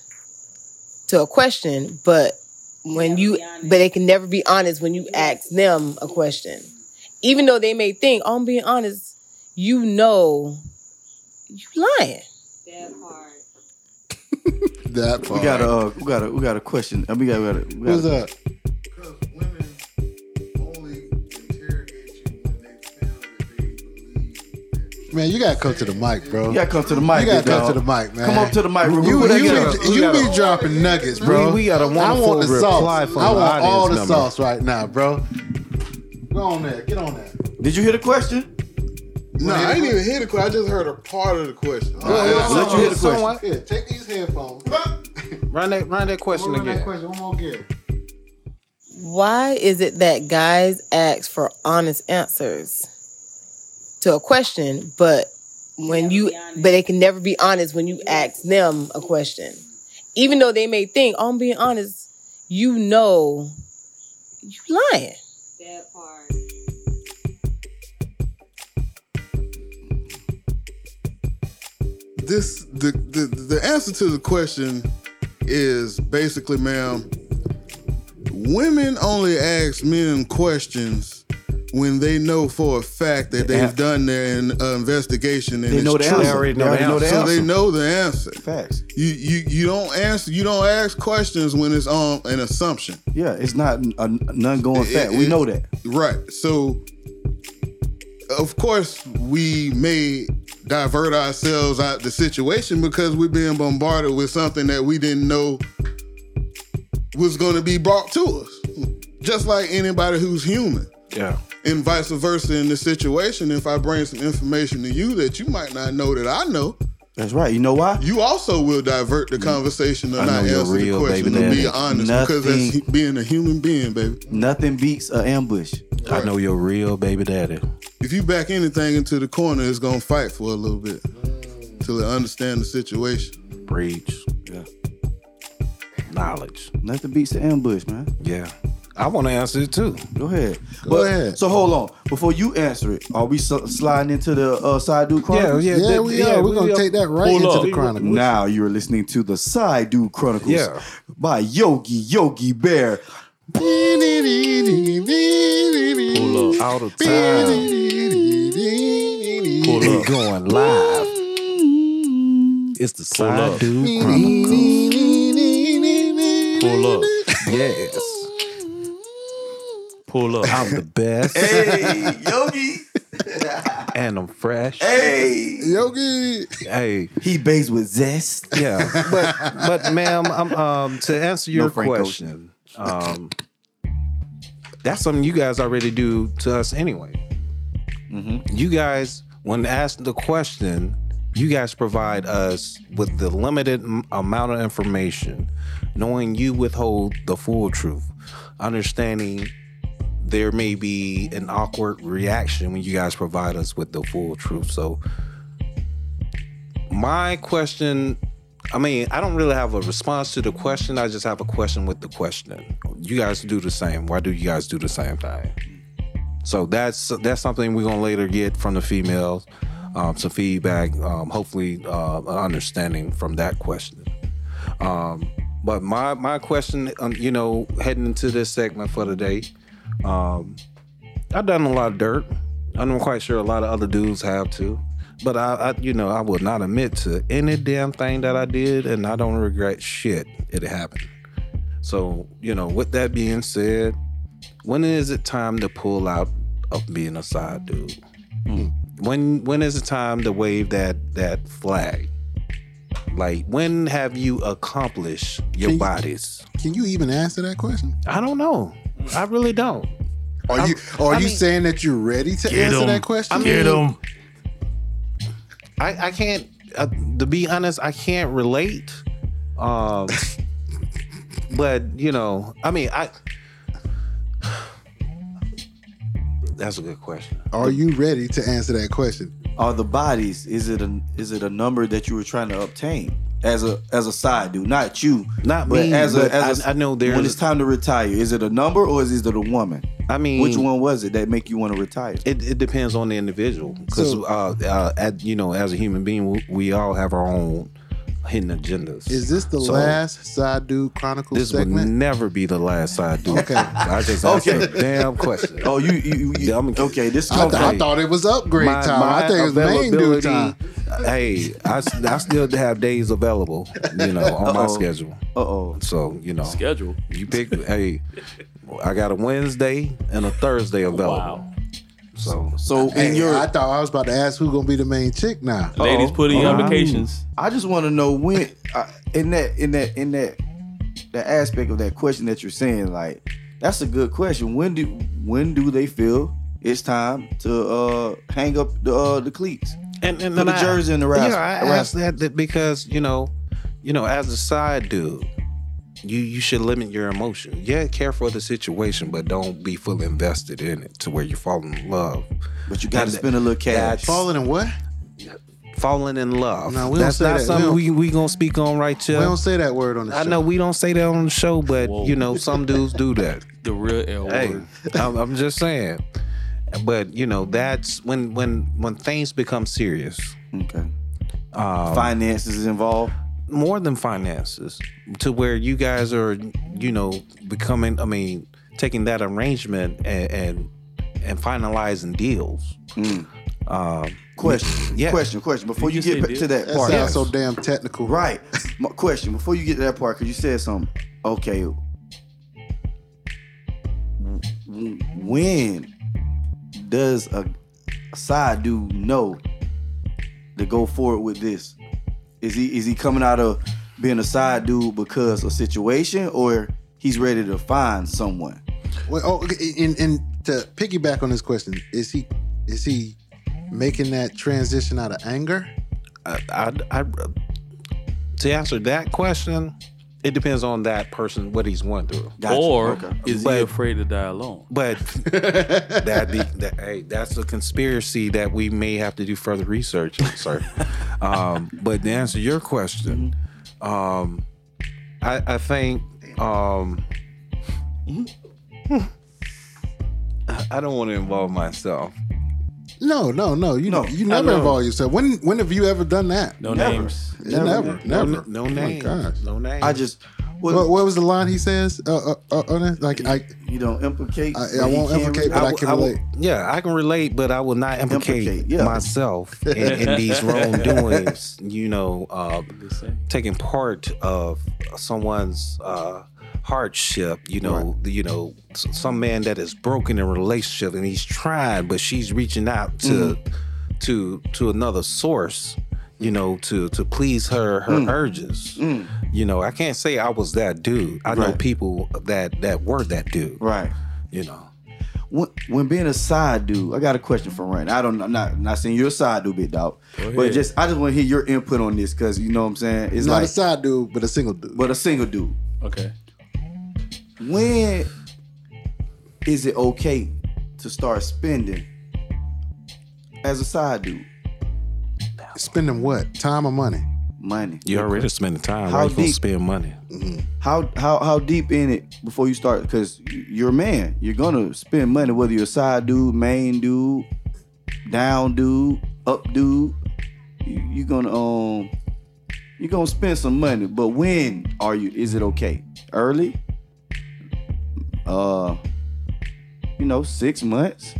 F: to a question, but when you but they can never be honest when you ask them a question, even though they may think oh, I'm being honest, you know, you lying.
A: That part.
B: We got a uh, we got a we got a question. I mean, we got, we got, a, we got
A: What's
B: a,
A: up?
H: Because women only interrogate you when they feel that they believe that you
A: Man, you gotta come to the mic, bro.
B: You gotta come to the mic.
A: you gotta
B: big
A: come
B: dog.
A: to the mic, man.
B: Come up to the mic.
A: You,
B: Remove
A: you,
B: that
A: be-
B: gotta-
A: you
D: gotta-
A: be dropping nuggets, bro.
D: We- we got a
A: I want
D: wonderful
A: the
D: reply
A: sauce.
D: from
A: I
D: the
A: want all the
D: audience member.
A: sauce right now, bro. Go on there. Get on there.
B: Did you hear the question?
H: No, I didn't even hear the question. I just heard a part of the question.
B: Let you hear the question.
A: Here, take these headphones.
D: Run that, run that question
A: Run that
D: again.
A: question one more again.
F: Why is it that guys ask for honest answers to a question, but when you but they can never be honest when you ask them a question, even though they may think oh, I'm being honest, you know, you lying.
H: this the, the the answer to the question is basically, ma'am, women only ask men questions when they know for a fact that
B: They
H: they've
B: have-
H: done their in, uh, investigation and
B: They
H: it's
B: know the
H: true.
B: answer.
D: already know
B: They already
D: the
B: know the
H: so
B: answer.
H: they know the answer.
B: Facts.
H: You you you don't answer. You don't ask questions when it's on an assumption.
B: Yeah, it's not a none going
H: It-
B: fact. We
H: it-
B: know that.
H: Right. So, of course, we may divert ourselves out the situation because we're being bombarded with something that we didn't know was going to be brought to us. Just like anybody who's human,
D: Yeah.
H: and vice versa in the situation. If I bring some information to you that you might not know that I know,
B: That's right. You know why?
H: you also will divert the conversation to
D: Mm. I
H: not
D: know you're
H: answer the
D: real,
H: question
D: baby
H: and be
D: daddy.
H: honest because
B: Nothing-
H: that's hu- being a human being, baby.
B: Nothing beats an ambush.
D: I know your real baby daddy.
H: if you back anything into the corner, it's gonna fight for a little bit till it understand the situation.
D: Breach. Yeah. Knowledge.
B: Nothing beats an ambush, man.
D: Yeah. I want to answer it too.
B: Go ahead. Go
H: ahead.
B: So hold on. Before you answer it, are we so, sliding into the uh, side dude chronicles?
D: Yeah,
A: Yeah,
D: that-
A: we
D: yeah,
A: are. We're
D: we
A: gonna
D: are.
A: take that right
C: Hold
A: into
C: up.
A: the chronicle.
B: Now you're listening to the side dude chronicles.
D: Yeah.
B: By Yogi Yogi Bear.
C: Pull up.
D: All the time.
C: Pull
D: We
C: up.
D: going live. It's the side
C: up.
D: dude chronicles.
C: Pull up.
D: Yes.
C: Pull up.
D: I'm the best
B: Hey, Yogi.
D: and I'm fresh.
B: Hey.
H: Yogi,
D: Hey,
B: He bakes with zest.
D: yeah. But but ma'am, I'm um to answer your
B: Frank Ocean.
D: question. Um that's something you guys already do to us anyway. You guys, when asked the question, you guys provide us with the limited m- amount of information, knowing you withhold the full truth, understanding there may be an awkward reaction when you guys provide us with the full truth. So, my question I mean, I don't really have a response to the question. I just have a question with the question. You guys do the same. Why do you guys do the same thing? So that's that's something we're gonna later get from the females, um, some feedback, um, hopefully uh, an understanding from that question. Um, but my my question, um, you know, heading into this segment for today, um, I've done a lot of dirt. I'm quite sure a lot of other dudes have too. But I, I, you know, I will not admit to any damn thing that I did, and I don't regret shit. It happened. So, you know, with that being said, when is it time to pull out of being a side dude? When when is it time to wave that that flag? Like, when have you accomplished your
A: Can you-
D: bodies?
A: Can you even answer that question?
D: I don't know. I really don't.
A: Are you are
D: I
A: you
D: mean-
A: saying that you're ready to
C: Get
A: answer
C: him.
A: that question?
C: Get him.
D: I, I can't. Uh, to be honest, I can't relate. Um, but you know, I mean, I. That's a good question.
A: Are you ready to answer that question?
B: are the bodies? Is it a is it a number that you were trying to obtain as a as a side dude? Not you,
D: Not
B: but
D: me,
B: As
D: but
B: a as a
D: I- I know there's-
B: when it's time to retire. Is it a number or is it a woman?
D: I mean,
B: Which one was it that make you want to retire?
D: It, it depends on the individual because
A: So-
D: uh, uh, at, you know, as a human being, we, we all have our own hidden agendas.
A: Is this the
D: So,
A: last Side Dude Chronicles
D: This would
A: segment?
D: never be the last side dude.
A: Okay.
D: I just asked
B: Okay.
D: a damn question.
B: Oh, you, you, you
D: Yeah, I'm-
B: okay? This
A: I, th-
B: okay.
A: I thought it was upgrade time. I think it was main dude
D: availability-
A: time.
D: Hey, I, s- I still have days available, you know, on my
B: Uh-oh.
D: schedule.
B: Uh oh.
D: So you know,
C: Schedule.
D: you pick. hey, I got a Wednesday and a Thursday available.
C: Oh, Wow.
D: So
B: So in
A: Hey,
B: your,
A: I thought I was about to ask who gonna be the main chick now.
C: Ladies
B: Uh-oh.
C: putting
D: Uh-oh.
C: on vacations.
B: I just want to know when I, in that in that in that the aspect of that question that you're saying, like that's a good question. When do when do they feel it's time to uh hang up the uh, the cleats?
D: and and
B: Put
D: then
B: the
D: I-
B: jersey in the rasp-
D: Yeah, I
B: rasp-
D: asked that, that because you know, you know, as a side dude, you you should limit your emotion. Yeah, care for the situation, but don't be fully invested in it to where you're falling in love.
B: But you got to
D: And
B: spend a little
D: that's-
B: cash.
A: Falling in what?
D: Falling in love.
A: No, we don't
D: that's
A: say
D: not
A: that. We
D: something
A: don't-
D: we we gonna speak on right here.
A: We don't say that word on the
D: I
A: show.
D: know we don't say that on the show, but
C: Whoa.
D: you know, some dudes do that.
C: The real L
D: hey,
C: word.
D: I'm, I'm just saying. But you know, that's when when when things become serious.
B: Okay.
D: Um,
B: Finances involved.
D: more than finances to where you guys are you know becoming i mean taking that arrangement and and, and finalizing deals
B: Mm.
D: um
B: Question.
D: Yeah.
B: Question. Question. Before
C: Did
B: you,
C: you
B: get
C: say
B: pa-
C: did?
B: to that
A: That
B: part,
A: sounds so damn technical.
B: Right. My question before you get to that part, because you said something. Okay. W- When does a, a side dude know to go forward with this? Is he is he coming out of being a side dude because of situation, or he's ready to find someone?
A: Well, oh, okay, and, and to piggyback on this question, is he is he making that transition out of anger?
D: I, I, I, to answer that question it depends on that person what he's going through
B: Gotcha.
C: Or
B: Okay.
C: is
D: But-
C: he afraid to die alone?
D: but that, be, that hey that's a conspiracy that we may have to do further research on sir um but to answer your question um i i think um I- Mm-hmm. I don't want to involve myself.
A: No, no, no. You
B: No,
A: know, you
B: I
A: never
B: know.
A: involve yourself. When when have you ever done that?
C: No
B: Never.
C: names.
A: never, never.
D: No, no
A: Oh my
D: names.
A: gosh.
D: No names.
B: I just well,
A: What, what was the line he says? Uh, uh, uh, on that? Like I,
B: you don't implicate.
A: I- I
B: but he
A: won't
B: can't
A: implicate,
B: really-
A: but I
D: w-
A: can
D: w-
A: relate.
D: yeah, I can relate, but I will not implicate,
B: Implicate, yeah.
D: myself in, in these wrongdoings. You know, uh,
C: Just saying.
D: taking part of someone's uh, hardship. You know, the- you know, s- some man that is broken in a relationship and he's trying, but she's reaching out to
A: Mm-hmm.
D: to to another source. You know, to to please her her
A: Mm.
D: urges. You know, I can't say I was that dude. I know
B: Right.
D: people that that were that dude.
B: right.
D: You know,
B: when, when being a side dude, I got a question from Rand. I don't, I'm not, not saying you're a side dude, big dog, but
C: ahead.
B: just I just want to hear your input on this because you know what I'm saying. It's
A: it's not
B: like,
A: a side dude, but a single dude.
B: but a single dude.
C: Okay.
B: When is it okay to start spending as a side dude
A: Spending what time or money?
B: money?
D: you already spending time.
B: How
D: How you gonna
B: deep-
D: spend money?
B: How how how deep in it before you start? Because you're a man. You're gonna spend money whether you're a side dude, main dude, down dude, up dude. You, you're gonna um, you're gonna spend some money. But when are you? Is it okay? Early? Uh, you know, six months.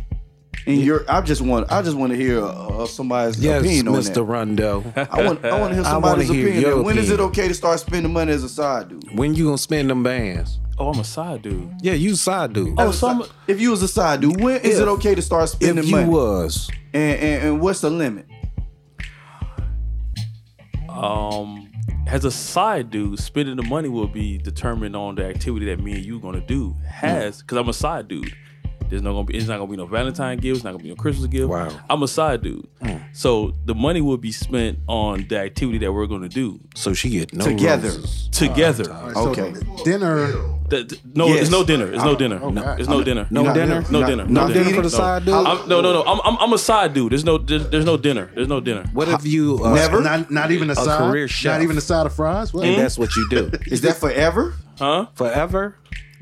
B: And you're. I just want. I just want to hear uh, somebody's
D: Yes,
B: opinion on
D: Mr.
B: that.
D: Rondo.
B: I want. I want to hear
D: I wanna
B: somebody's
D: hear
B: opinion.
D: your
B: When is it
D: opinion.
B: okay to start spending money as a side dude?
D: When you gonna spend them bands?
C: Oh, I'm a side dude.
D: Yeah, you side dude.
C: Oh,
B: If-
C: some
B: if you was a side dude, when is it okay to start
D: if
B: spending
D: you
B: money?
D: was,
B: and, and and what's the limit?
C: um as a side dude, spending the money will be determined on the activity that me and you gonna do. Has
B: Hmm.
C: because I'm a side dude. There's no gonna be it's not gonna be no Valentine gift, it's not gonna be no Christmas gift.
D: Wow.
C: I'm a side dude.
B: Hmm.
C: So the money will be spent on the
B: Ah,
C: activity that we're gonna do
D: so she get no
B: Together.
D: roses.
C: together.
A: So
B: Okay.
A: dinner
C: Th- th- no,
B: Yes.
C: it's no dinner. It's no dinner.
A: okay.
C: It's no dinner.
D: No
B: Not-
D: dinner.
C: No
B: not-
C: dinner.
B: not
C: no dinner
B: eating?
D: for the side dude.
C: I'm, no, no, no. I'm, I'm, I'm a side dude. There's no, there's, there's no dinner. There's no dinner.
D: What if you uh,
B: Never?
A: Not, not even a,
D: A
A: side.
D: career chef.
A: Not even a side of fries. What?
D: And that's what you do
B: Is that forever?
C: Huh?
D: forever.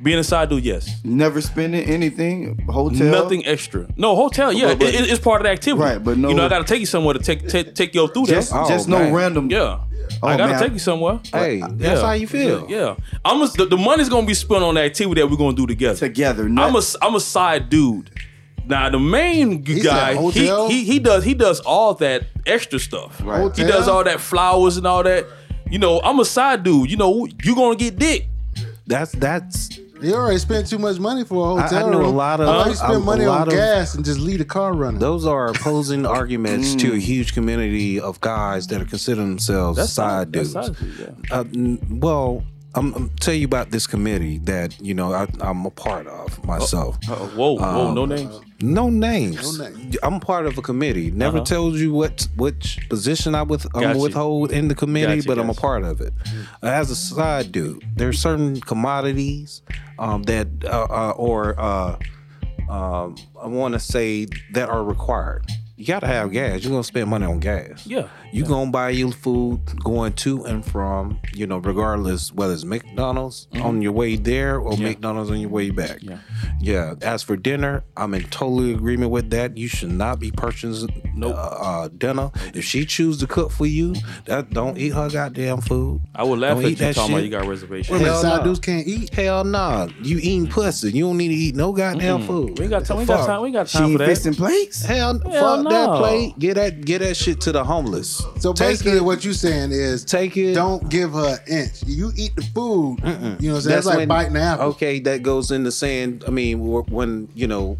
C: Being a side dude, yes.
B: Never spending anything? Hotel?
C: Nothing extra. No hotel. Yeah,
B: But- but-
C: it, it- it's part of the activity.
B: Right, but no-
C: You know, I gotta take you somewhere to take take, take you through
B: Just,
C: this.
D: Oh,
B: just no
D: man.
B: random.
C: Yeah.
B: Oh,
C: I gotta
B: man.
C: take you somewhere.
D: Hey, that's how you feel.
C: Yeah, I'm a, the, the money's gonna be spent on the activity that we're gonna do together.
B: Together, not-
C: I'm a I'm a side dude. Now the main
A: said
C: guy, he,
A: hotel?
C: he he does he does all that extra stuff.
B: Right.
C: He does all that flowers and all that. You know, I'm a side dude. You know, you gonna get dick.
D: That's that's
A: You already spent too much money for a
D: I- I
A: hotel
D: know a
A: room.
D: lot of-
A: Why you
D: a
A: spend money on
D: lot of-
A: gas and just leave the car running?
D: those are opposing arguments to a huge community of guys that are considering themselves side
C: that's
D: dudes.
C: side dude, yeah.
D: Uh, n- well, I'm, I'm tell you about this committee that you know I, I'm a part
B: Oh,
D: of myself.
C: Uh, whoa, whoa, no names.
D: No names.
A: No names.
D: I'm part of a committee. Never tells you what which position I with um,
C: Uh-huh. Gotcha.
D: withhold in the committee,
C: Gotcha,
D: but I'm a
C: gotcha.
D: part of it. As a side dude, there's certain commodities um, that uh, uh, or uh, um, I want to say that are required. You gotta have gas. You're gonna spend money on gas.
C: Yeah,
D: You gonna buy your food going to and from, you know, regardless whether it's McDonald's
C: Mm-hmm.
D: on your way there or McDonald's on your way back. Yeah. Yeah. As for dinner, I'm in total agreement with that. You should not be purchasing no
C: Nope.
D: uh, uh, dinner. If she choose to cook for you, that don't eat her goddamn food.
C: I would laugh at
D: Don't eat
C: you
D: that
C: talking about
D: shit.
C: you got reservations.
A: Wait a minute,
D: hell
A: side
D: no.
A: dudes can't eat.
D: Hell nah. You eating pussy. You don't need to eat no goddamn food.
C: We ain't got time. We ain't got
D: Fuck.
C: time. We ain't got
B: She
C: time for
B: ain't
C: that.
B: fixing plates?
D: Hell,
C: Hell
D: fuck that
C: no.
D: plate. Get that get that shit to the homeless.
A: So basically, what you saying is,
D: Take it.
A: Don't give her an inch. You eat the food. You know, what I'm saying?
D: That's
A: that's like
D: when- Oh,
A: biting an apple.
D: Okay, that goes into saying. I mean, wh- when you know,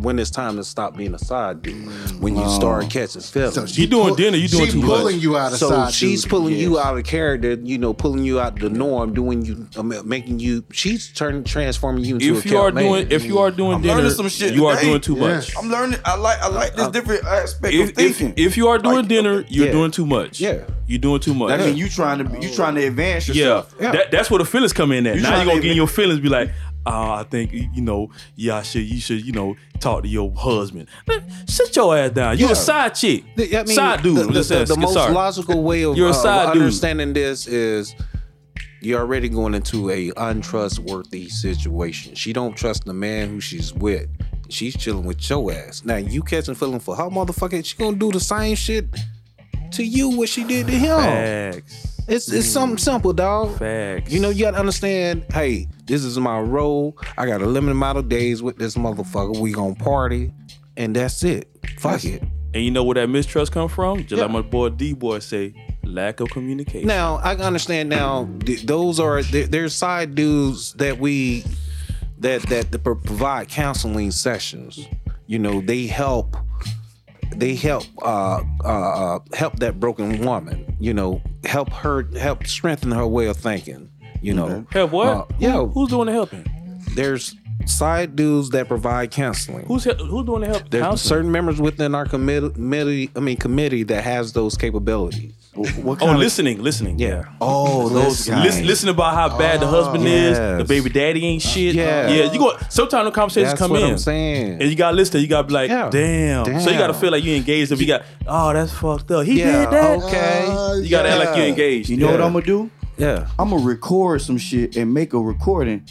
D: when it's time to stop being a side dude, when you start catching feelings. So,
A: Oh. she
C: You doing dinner, you doing
A: she
C: too much.
A: pulling you out of side.
D: she's
A: duty.
D: pulling you
B: yes.
D: out of character, you know, pulling you out the norm, doing you, I mean, making you. She's turning, transforming you into a
C: If you are
D: cat man.
C: doing, if you are doing
B: I'm learning
C: dinner,
B: some shit
C: you are
B: today.
C: doing too
A: Yeah.
C: much. Uh,
B: I'm learning. I like. I like this different aspect of
C: If,
B: thinking.
C: if, if you are doing
B: Like,
C: dinner, you're
D: yeah.
C: doing too much.
D: Yeah.
C: you're doing too much.
B: I mean, you trying to you trying to advance
C: Yeah,
B: yourself.
D: Yeah.
C: That, that's where the feelings come in. At
B: You
C: now
B: trying
C: you're
B: to
C: gonna get in
B: even-
C: your feelings, be like, uh, I think you know, yeah, I should, you should, you know, talk to your husband. Man, sit your ass down. You
D: Yeah.
C: a side chick,
D: The- I mean,
C: side dude.
D: The, the-
C: Listen,
D: the- the most
C: sorry.
D: logical way of,
C: You're a
D: of
C: side dude.
D: understanding this is you're already going into a untrustworthy situation. She don't trust the man who she's with. She's chilling with your ass. Now you catching feeling for her motherfucker. She gonna do the same shit to you what she did to him.
C: Facts.
D: It's it's something simple, dog.
C: Facts.
D: You know, you gotta understand, hey, this is my role. I got a limited amount of days with this motherfucker. We gonna party, and that's it. Fuck it.
C: and you know where that mistrust come from? Just like my boy D boy say, lack of communication.
D: Now I can understand. Now th- those are th- there's side dudes that we that that, that pro- provide counseling sessions. You know they help they help uh, uh, uh, help that broken woman. You know help her help strengthen her way of thinking. You know
C: Help what?
D: Uh, yeah.
C: Who- who's doing the helping?
D: there's side dudes that provide counseling.
C: Who's he- who's doing the help?
D: there's
C: Counseling?
D: certain members within our committee, committee, I mean committee, that has those capabilities.
B: What
C: Oh,
B: kind of
C: listening, listening.
D: Yeah. Oh,
B: oh those guys?
C: Listen, listen about how bad the husband is. The
D: Yes. Uh,
C: baby daddy ain't shit.
D: Yeah.
C: yeah. You go. Sometimes the conversations
D: That's
C: come
D: what
C: in.
D: I'm saying.
C: And you gotta listen. You gotta be like,
D: Yeah.
C: damn. So you gotta
D: Damn.
C: feel like you engaged. If you got, oh, that's fucked up. He
D: yeah.
C: did that.
A: Uh,
D: Okay.
B: Uh,
C: You gotta act like you engaged.
B: You know what
D: Yeah.
B: I'm gonna do?
D: yeah.
B: I'm gonna record some shit and make a recording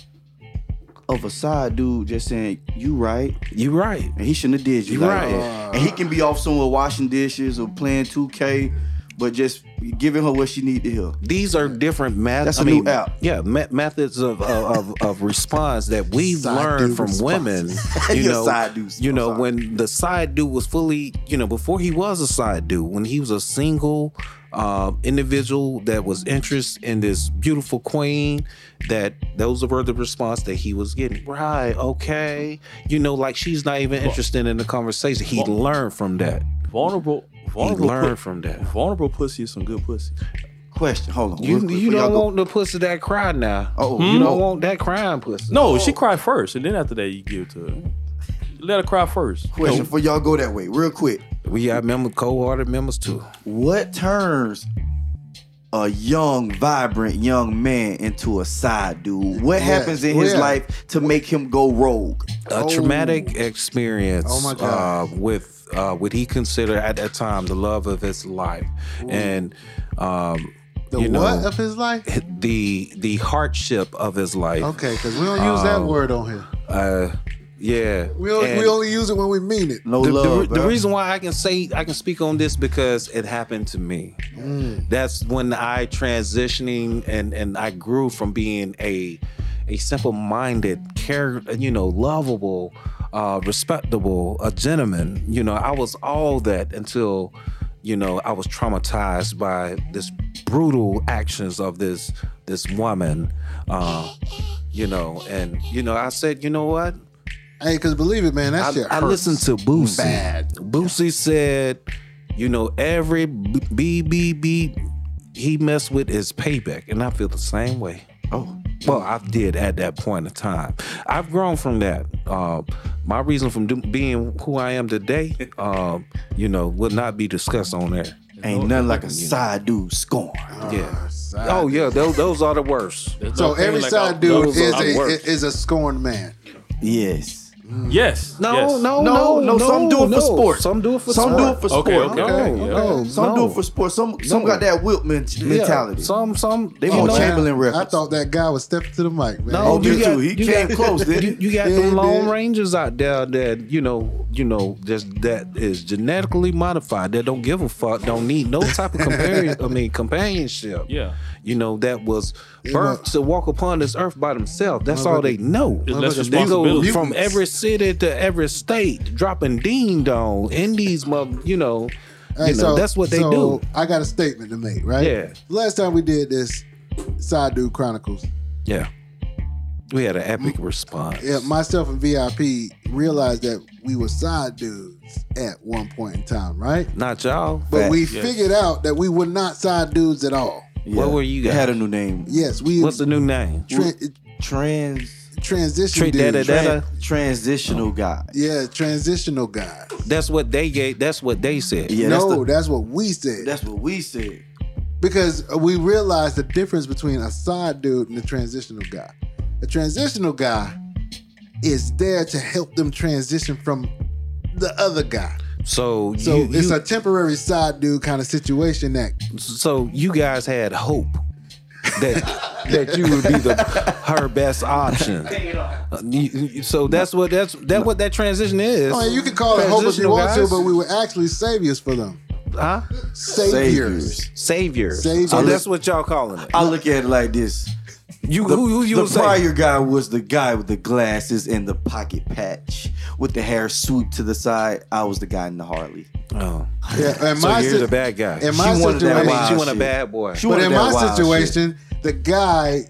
B: of a side dude just saying you right
D: You right.
B: and he shouldn't have did you,
D: You
B: like
D: right.
B: that. And he can be off somewhere washing dishes or playing 2K, but just giving her what she need to hear.
D: These are different methods.
B: That's
D: a
B: a new app.
D: Yeah, me- methods of, of of- of response that we've
A: Side
D: learned
A: dude
D: from
A: response.
D: women. You
B: Your
D: know,
B: side dudes.
D: you
B: I'm
D: know
B: sorry.
D: when the side dude was fully, you know, before he was a side dude, when he was a single uh, individual that was interested in this beautiful queen, that those were the response that he was getting. Right, okay, you know, like she's not even interested in the conversation. He learned from that.
C: Vulnerable.
D: He
C: Vulnerable.
D: learned
C: pu-
D: from that.
C: vulnerable pussy is some good pussy.
B: Question. Hold on.
D: You, you don't
B: want
D: want the pussy that cried now.
B: Oh,
D: You
B: you
D: don't
B: know.
D: want that crying pussy.
C: No, she cried first, and then after that, you give it to her. Let her cry first.
B: Question for y'all go that way real quick.
D: We got member cold-hearted members too.
B: What turns a young, vibrant young man into a side dude? What
A: Yeah.
B: happens in his
A: Yeah.
B: life to make him go rogue?
D: a
A: Oh.
D: traumatic experience
A: Oh my God.
D: Uh, with uh, what he considered at that time the love of his life and um,
A: The what
D: you know
A: of his life?
D: the the hardship of his life
A: Okay, because we don't use that word on here.
D: uh, yeah
A: We, don't,
D: Um, And-
A: we only use it when we mean it.
B: No
D: the, the re-
B: love.
D: the
B: bruh.
D: reason why I can say I can speak on this because it happened to me.
B: Mm.
D: That's when I transitioning and and I grew from being a a simple minded, care you know, lovable, uh, respectable, a gentleman. You know, I was all that until you know I was traumatized by this brutal actions of this this woman. Uh, you know, and you know, I said, you know what?
A: Hey, because believe it, man, that
D: I,
A: shit
D: I
A: hurts.
D: listened to Boosie. Boosie said, you know, every B B B he messed with is payback. And I feel the same way. Oh. Well, I did at that point in time. I've grown from that. Uh, my reason from do- being who I am today, uh, you know, will not be discussed on air.
B: Ain't nothing like a side dude scorn.
D: Yeah.
A: Side-
D: Oh, yeah. Those, those are the worst.
C: There's
A: So
C: no thing
A: every
C: like
A: side
C: I'm-
A: dude
C: I'm
A: is a,
C: worse.
A: is a scorned man.
B: Yes.
C: yes.
D: No,
C: yes.
D: no,
B: No, no,
D: no,
B: some do it for
D: no.
B: sport.
D: Some do it for
B: Some
D: sport.
B: do it for
C: Okay,
B: sport.
C: okay.
D: No,
C: okay.
D: no,
B: Some do
D: Oh, no.
B: it for sport. Some some
D: No.
B: got that Wilt men-
D: Yeah,
B: mentality.
D: Some, some.
B: They
D: you
B: want
A: Oh,
D: know,
B: champion Oh, Chamberlain
A: I
B: reference.
A: thought that guy was stepping to the mic, man.
D: No,
B: Oh, me
D: you got-
B: too. He
D: you
B: came
D: got-
B: close, didn't
D: you,
B: he?
D: you got
A: Yeah,
D: them
A: he
D: Lone
A: did.
D: Rangers out there that you know, you know, just that is genetically modified. That don't give a fuck. Don't need no type of companion. I mean, companionship.
C: Yeah.
D: You know that was
A: my-
D: birthed to walk upon this earth by themselves. That's all they know.
C: It's less
D: They go
C: responsibility.
D: from every city to every state, dropping dean dong in these, mother- you know,
A: Hey,
D: you know that's what they
A: so
D: do.
A: I got a statement to make, right?
D: Yeah.
A: Last time we did this, Side Dude Chronicles,
D: Yeah, we had an epic response.
A: yeah, myself and VIP realized that we were side dudes at one point in time, right?
D: Not y'all,
A: But
D: Fact.
A: we
C: Yes.
A: figured out that we were not side dudes at all.
B: Yeah.
D: were you
B: They
D: guys?
B: had a new name.
A: Yes, we
D: What's the new name?
A: tra-
B: Trans,
A: transition
D: Treat
A: dudes.
D: that as-
B: tran-
D: Data.
B: transitional guy.
A: yeah, transitional guys.
D: That's what they gave. That's what they said.
B: Yeah, that's
A: no, that's,
B: the-
A: what we said.
B: That's what we said.
A: because we realized the difference between a side dude and a transitional guy. A transitional guy is there to help them transition from the other guy.
D: So,
A: So
D: you,
A: it's
D: you-
A: a temporary side dude kind of situation that
D: so you guys had hope that that you would be the her best option. Uh, you- you- So that's what that's that what that transition is.
A: I mean, Oh, you can call it hope if you
D: Transitional
A: want to,
D: guys.
A: but we were actually saviors for them.
D: huh?
A: Saviors.
B: Saviors.
D: Savior.
A: Saviors.
D: So that's what y'all calling it.
B: I look at it like this.
D: You
B: The,
D: who, who you
B: the
D: would say?
B: prior guy was the guy with the glasses and the pocket patch with the hair swooped to the side. I was the guy in the Harley.
D: Oh.
A: Yeah, and
D: So
A: my
D: you're
A: si-
D: the bad guy.
A: In my
B: She wanted that
D: I
A: situation,
D: mean,
B: wild
D: she want a
B: shit.
D: bad boy.
B: She
A: But
B: wanted
A: in
B: that
A: my
B: wild
A: situation, the guy,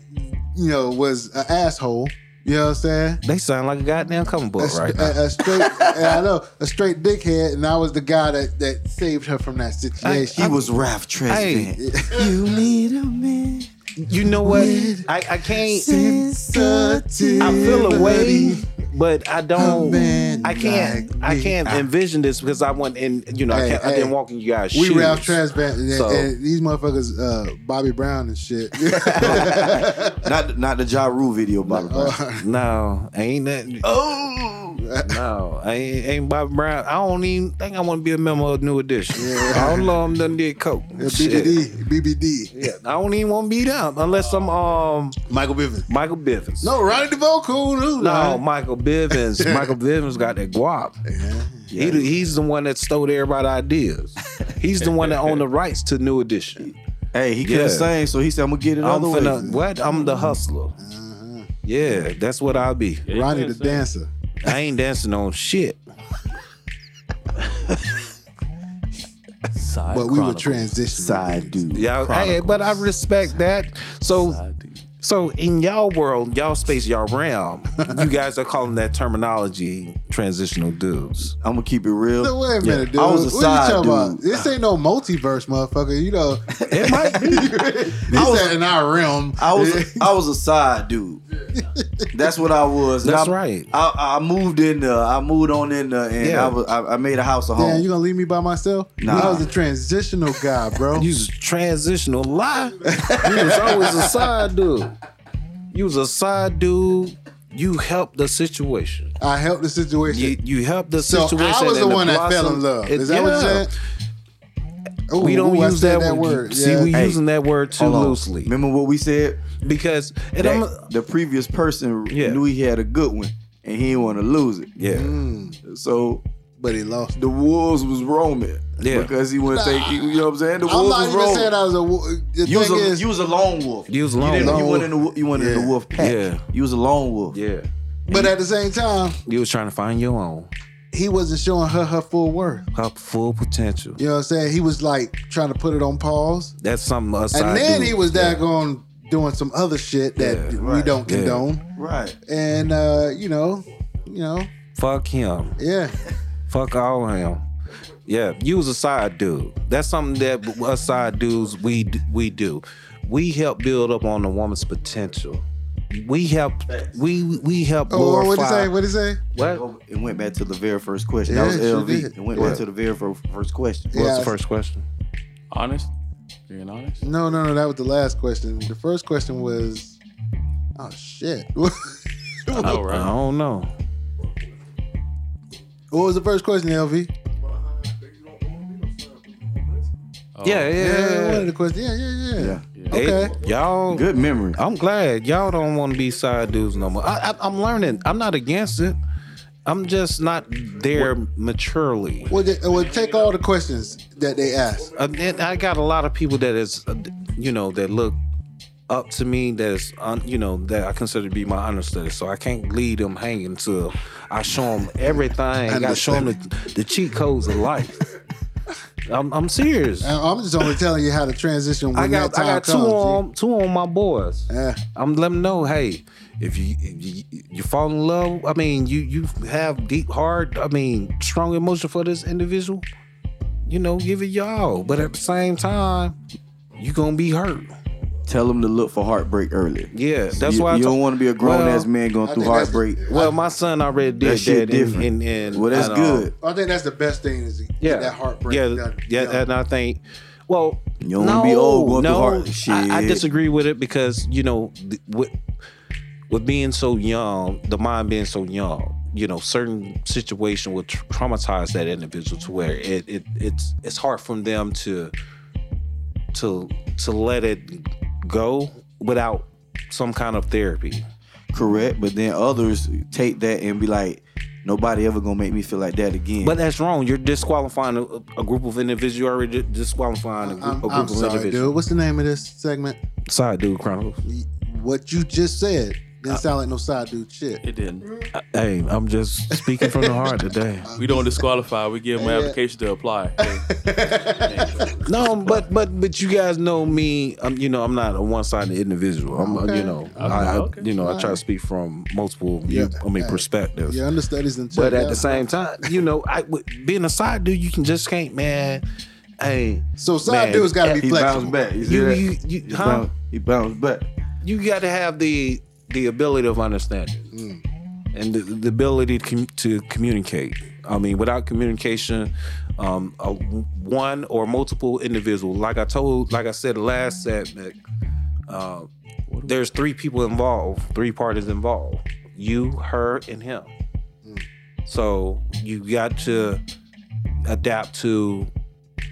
A: you know, was an asshole. You know what I'm saying?
D: They sound like a goddamn comic
A: A,
D: book
A: st-
D: right now.
A: a, a straight, I know, a straight dickhead, and I was the guy that, that saved her from that
B: He
A: situation.
B: was Ralph
D: Hey.
B: Tresvant. you need a man.
D: You know what? I, I can't.
A: Sensitive.
D: I feel a way, but I don't.
A: man
D: I can't.
A: like
D: I
A: me.
D: can't envision this because I went in. You know, I,
A: Hey,
D: can't, I didn't
A: hey.
D: walk in you guys.
A: We
D: shoes.
A: Ralph Transparent, and,
D: So-
A: and these motherfuckers, uh, Bobby Brown and shit.
B: Not not the Ja Rule video, by the way.
D: No, ain't that.
B: Oh,
D: No, I ain't, ain't Bobby Brown. I don't even think I want to be a member of New Edition. All of them done did coke. Shit.
A: BBD, BBD.
D: Yeah, I don't even want to be them unless I'm um
A: Michael Bivins.
D: Michael Bivins.
A: No, Ronnie DeVoe, cool dude.
D: No, Michael Bivins. Michael Bivins got that guap. He, the- he's the one that stole everybody's ideas. He's the one that owned the rights to New Edition.
B: hey, he couldn't
D: Yeah.
B: sing, so he said, "I'm gonna get it all
D: I'm
B: the way."
D: finna, what? I'm the hustler. Mm-hmm. Yeah, that's what I'll be.
C: Yeah, you
A: Ronnie
C: can't
A: the
C: say-
A: dancer.
D: I ain't dancing on shit.
C: Side
A: But we were
C: Chronicles.
A: transitioning.
B: Side dude.
D: Yeah, hey, but I respect that. So,
C: Side dude.
D: so in y'all world, y'all space, y'all realm, you guys are calling that terminology transitional dudes.
B: I'm gonna keep it real.
A: No, wait a minute, dude.
B: I was a
A: what
B: side
A: you talking about?
B: dude.
A: This ain't no multiverse, motherfucker. You know,
D: It might be.
A: he said in our realm.
B: I was I was a side dude. That's what I was. And
D: That's
B: I-
D: right.
B: I, I moved in there. I moved on in there, and
D: Yeah.
B: I, was, I, I made a house a home.
A: Damn, you gonna leave me by myself?
B: Oh. Nah.
A: I was a transitional guy, bro.
D: You was a transitional lie. You was always a side dude. You was a side dude. You helped the situation.
A: I helped the situation.
D: You you helped the
A: So I
D: situation.
A: was the
D: and
A: one that fell in
D: blossom.
A: love.
D: It-
A: Is that what you're saying? Ooh,
D: We don't
A: ooh, I
D: use
A: said
D: that, word. See, we
B: Hey,
D: using that word too
B: Hold on.
D: loosely
B: Remember what we said?
D: because and
B: That
D: I'm,
B: the previous person
D: Yeah.
B: knew he had a good one, and he didn't want to lose it.
D: yeah.
B: So
A: but he lost.
B: the wolves was roaming.
D: Yeah.
B: Because he wouldn't take. You know what I'm saying? The
A: I'm
B: wolves
A: not
B: was
A: even
B: roaming.
A: saying I was a. wo- The
B: You was,
A: thing
B: a,
A: is,
B: you was a lone wolf.
D: You was
B: You,
D: lone
B: didn't,
A: wolf.
B: you went in the wo- you went in
A: Yeah.
B: the wolf pack.
D: Yeah.
B: You was a lone wolf.
D: Yeah,
A: but at the same time,
D: you was trying to find your own
A: he wasn't showing her her full worth.
D: her full potential.
A: You know what I'm saying? He was like trying to put it on pause,
D: That's something us.
A: and
D: side
A: then
D: dudes-
A: he was
D: yeah.
A: daggone doing some other shit that
D: Yeah,
A: we
B: right.
A: don't
D: Yeah.
A: condone.
B: Right.
A: And uh, you know, you know,
D: Fuck him.
A: yeah.
D: Fuck all him. Yeah, you was a side dude. That's something that us side dudes we d- we do. We help build up on a woman's potential. We help. We we help
A: Oh, what he say?
D: glorify.
A: What he say?
D: what?
B: Oh, It went back to the very first question.
A: Yeah,
B: that was
A: it sure
B: LV.
A: did.
B: It went
D: Yeah.
B: back to the very fir- first question.
A: Yeah.
D: What's the first question?
C: Honest, being honest.
A: No, no, no. That was the last question. The first question was, oh shit. what
C: I know,
D: I
C: right?
D: don't know.
A: was the first question, LV?
C: Oh,
D: Yeah,
A: Yeah,
D: yeah,
A: one
D: yeah.
A: of the questions. Yeah, yeah, yeah.
B: Yeah.
A: Okay.
D: Hey, y'all.
B: Good memory.
D: I'm glad y'all don't want to be side dudes no more. I, I, I'm learning. I'm not against it. I'm just not there maturely.
A: Well, they, well, take all the questions that they asked.
D: Uh, and I got a lot of people that is, uh, you know, that look up to me. That is, un, you know, that I consider to be my understudy. So I can't leave them hanging till I show them everything. I show them the, the cheat codes of life. I'm, I'm serious.
A: I- I'm just only telling you how to transition when
D: I
A: that
D: got I
A: time
D: got two
A: comes.
D: on two on my boys.
A: Yeah.
D: I'm letting them know, hey, if you if you, you fall in love, I mean, you you have deep heart, I mean, strong emotion for this individual, you know, give it y'all. But at the same time, you gonna be hurt.
B: Tell them to look for heartbreak early.
D: Yeah, that's
B: you,
D: why I
B: you
D: told-
B: don't want to be a grown
D: Well,
B: ass man going
A: I
B: through
A: think that's-
B: heartbreak.
D: Well, my son already did
B: That shit
D: that and-
B: different.
D: And, and,
B: well, that's
D: and, uh,
B: good.
A: I think that's the best thing is to get
D: Yeah,
A: that heartbreak.
D: Yeah,
A: done.
D: yeah, and I think, well,
B: You don't
D: no,
B: wanna be old going through
D: no,
B: heart-
D: I, I
B: shit.
D: disagree with it because you know, th- with with being so young, the mind being so young, you know, certain situation would tr- traumatize that individual to where it, it it's it's hard for them to to to let it go without some kind of therapy.
B: Correct. But then others take that and be like, nobody ever gonna make me feel like that again.
D: But that's wrong. You're disqualifying a, a group of individuals. You're already disqualifying a, gr- a
A: I'm,
D: group
A: I'm
D: of
A: sorry,
D: individuals.
A: dude. What's the name of this segment?
D: Side dude chronicles.
A: What you just said didn't
D: Uh,
A: sound like no side dude shit.
C: It didn't.
D: Hey, I'm just speaking from the heart today.
C: We don't disqualify. We give them an application to apply.
D: No, but but but you guys know me. i you know I'm not a one sided individual. I'm uh you know I, I
C: Okay.
D: you know I try to speak from multiple view, I mean perspectives.
A: Your understudies and
D: But at the same time, you know, I w- being a side dude, you can just can't man. Hey,
A: so side
D: man,
A: dudes got to be
B: he
A: flexible.
B: bounced back. You, see
D: you
B: that?
D: you,
B: He
D: you huh?
B: bounced- he bounced back.
D: You got to have the the ability of understanding and the, the ability to, com- to communicate. I mean, without communication, um, a, one or multiple individual, like I told, like I said last segment, uh, there's three people involved, three parties involved: you, her, and him. So you got to adapt to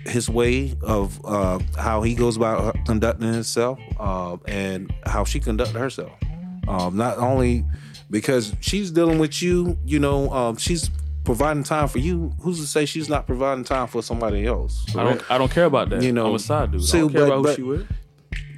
D: his way of uh, how he goes about conducting himself um, and how she conducted herself. Um, not only because she's dealing with you, you know, um, she's providing time for you. Who's to say she's not providing time for somebody else?
C: I don't. I don't care about that.
D: You
C: You
D: know,
C: know, I'm a side dude.
D: see,
C: I don't care
D: but-
C: about who
D: but-
C: she with.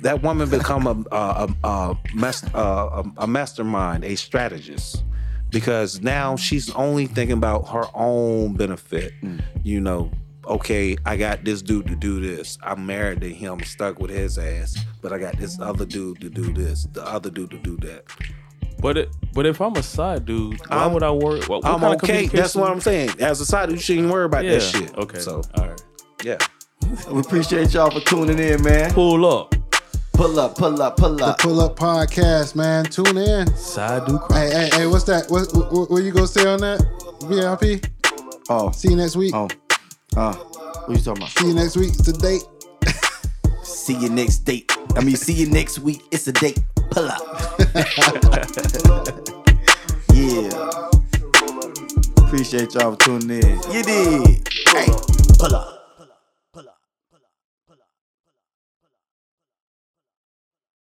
D: That woman become a a, a, a, mas- a, a, a mastermind, a strategist, because now she's only thinking about her own benefit.
C: Mm.
D: You know, okay, I got this dude to do this. I'm married to him, stuck with his ass, but I got this other dude to do this, the other dude to do that.
C: But it, but if I'm a side dude, why
D: I'm-
C: would I worry? What, what
D: I'm
C: kind of
D: okay. That's
C: communication-
D: what I'm saying. As a side, you shouldn't worry about
C: Yeah.
D: that shit.
C: Okay.
D: So
C: All right.
D: yeah.
B: We appreciate y'all for tuning in, man.
C: Pull up.
B: Pull up, pull up, pull
A: The
B: up.
A: Pull Up Podcast, man. Tune in.
C: Side do
A: Hey,
C: crime.
A: hey, hey, what's that? What, what, what you gonna say on that? VIP.
B: Oh,
A: See you next week.
B: oh, uh, what you talking about?
A: See you next week. It's a date.
B: See you next date. I mean, see you next week. It's a date. Pull up. yeah. Appreciate y'all for tuning in. You did. Hey, pull up.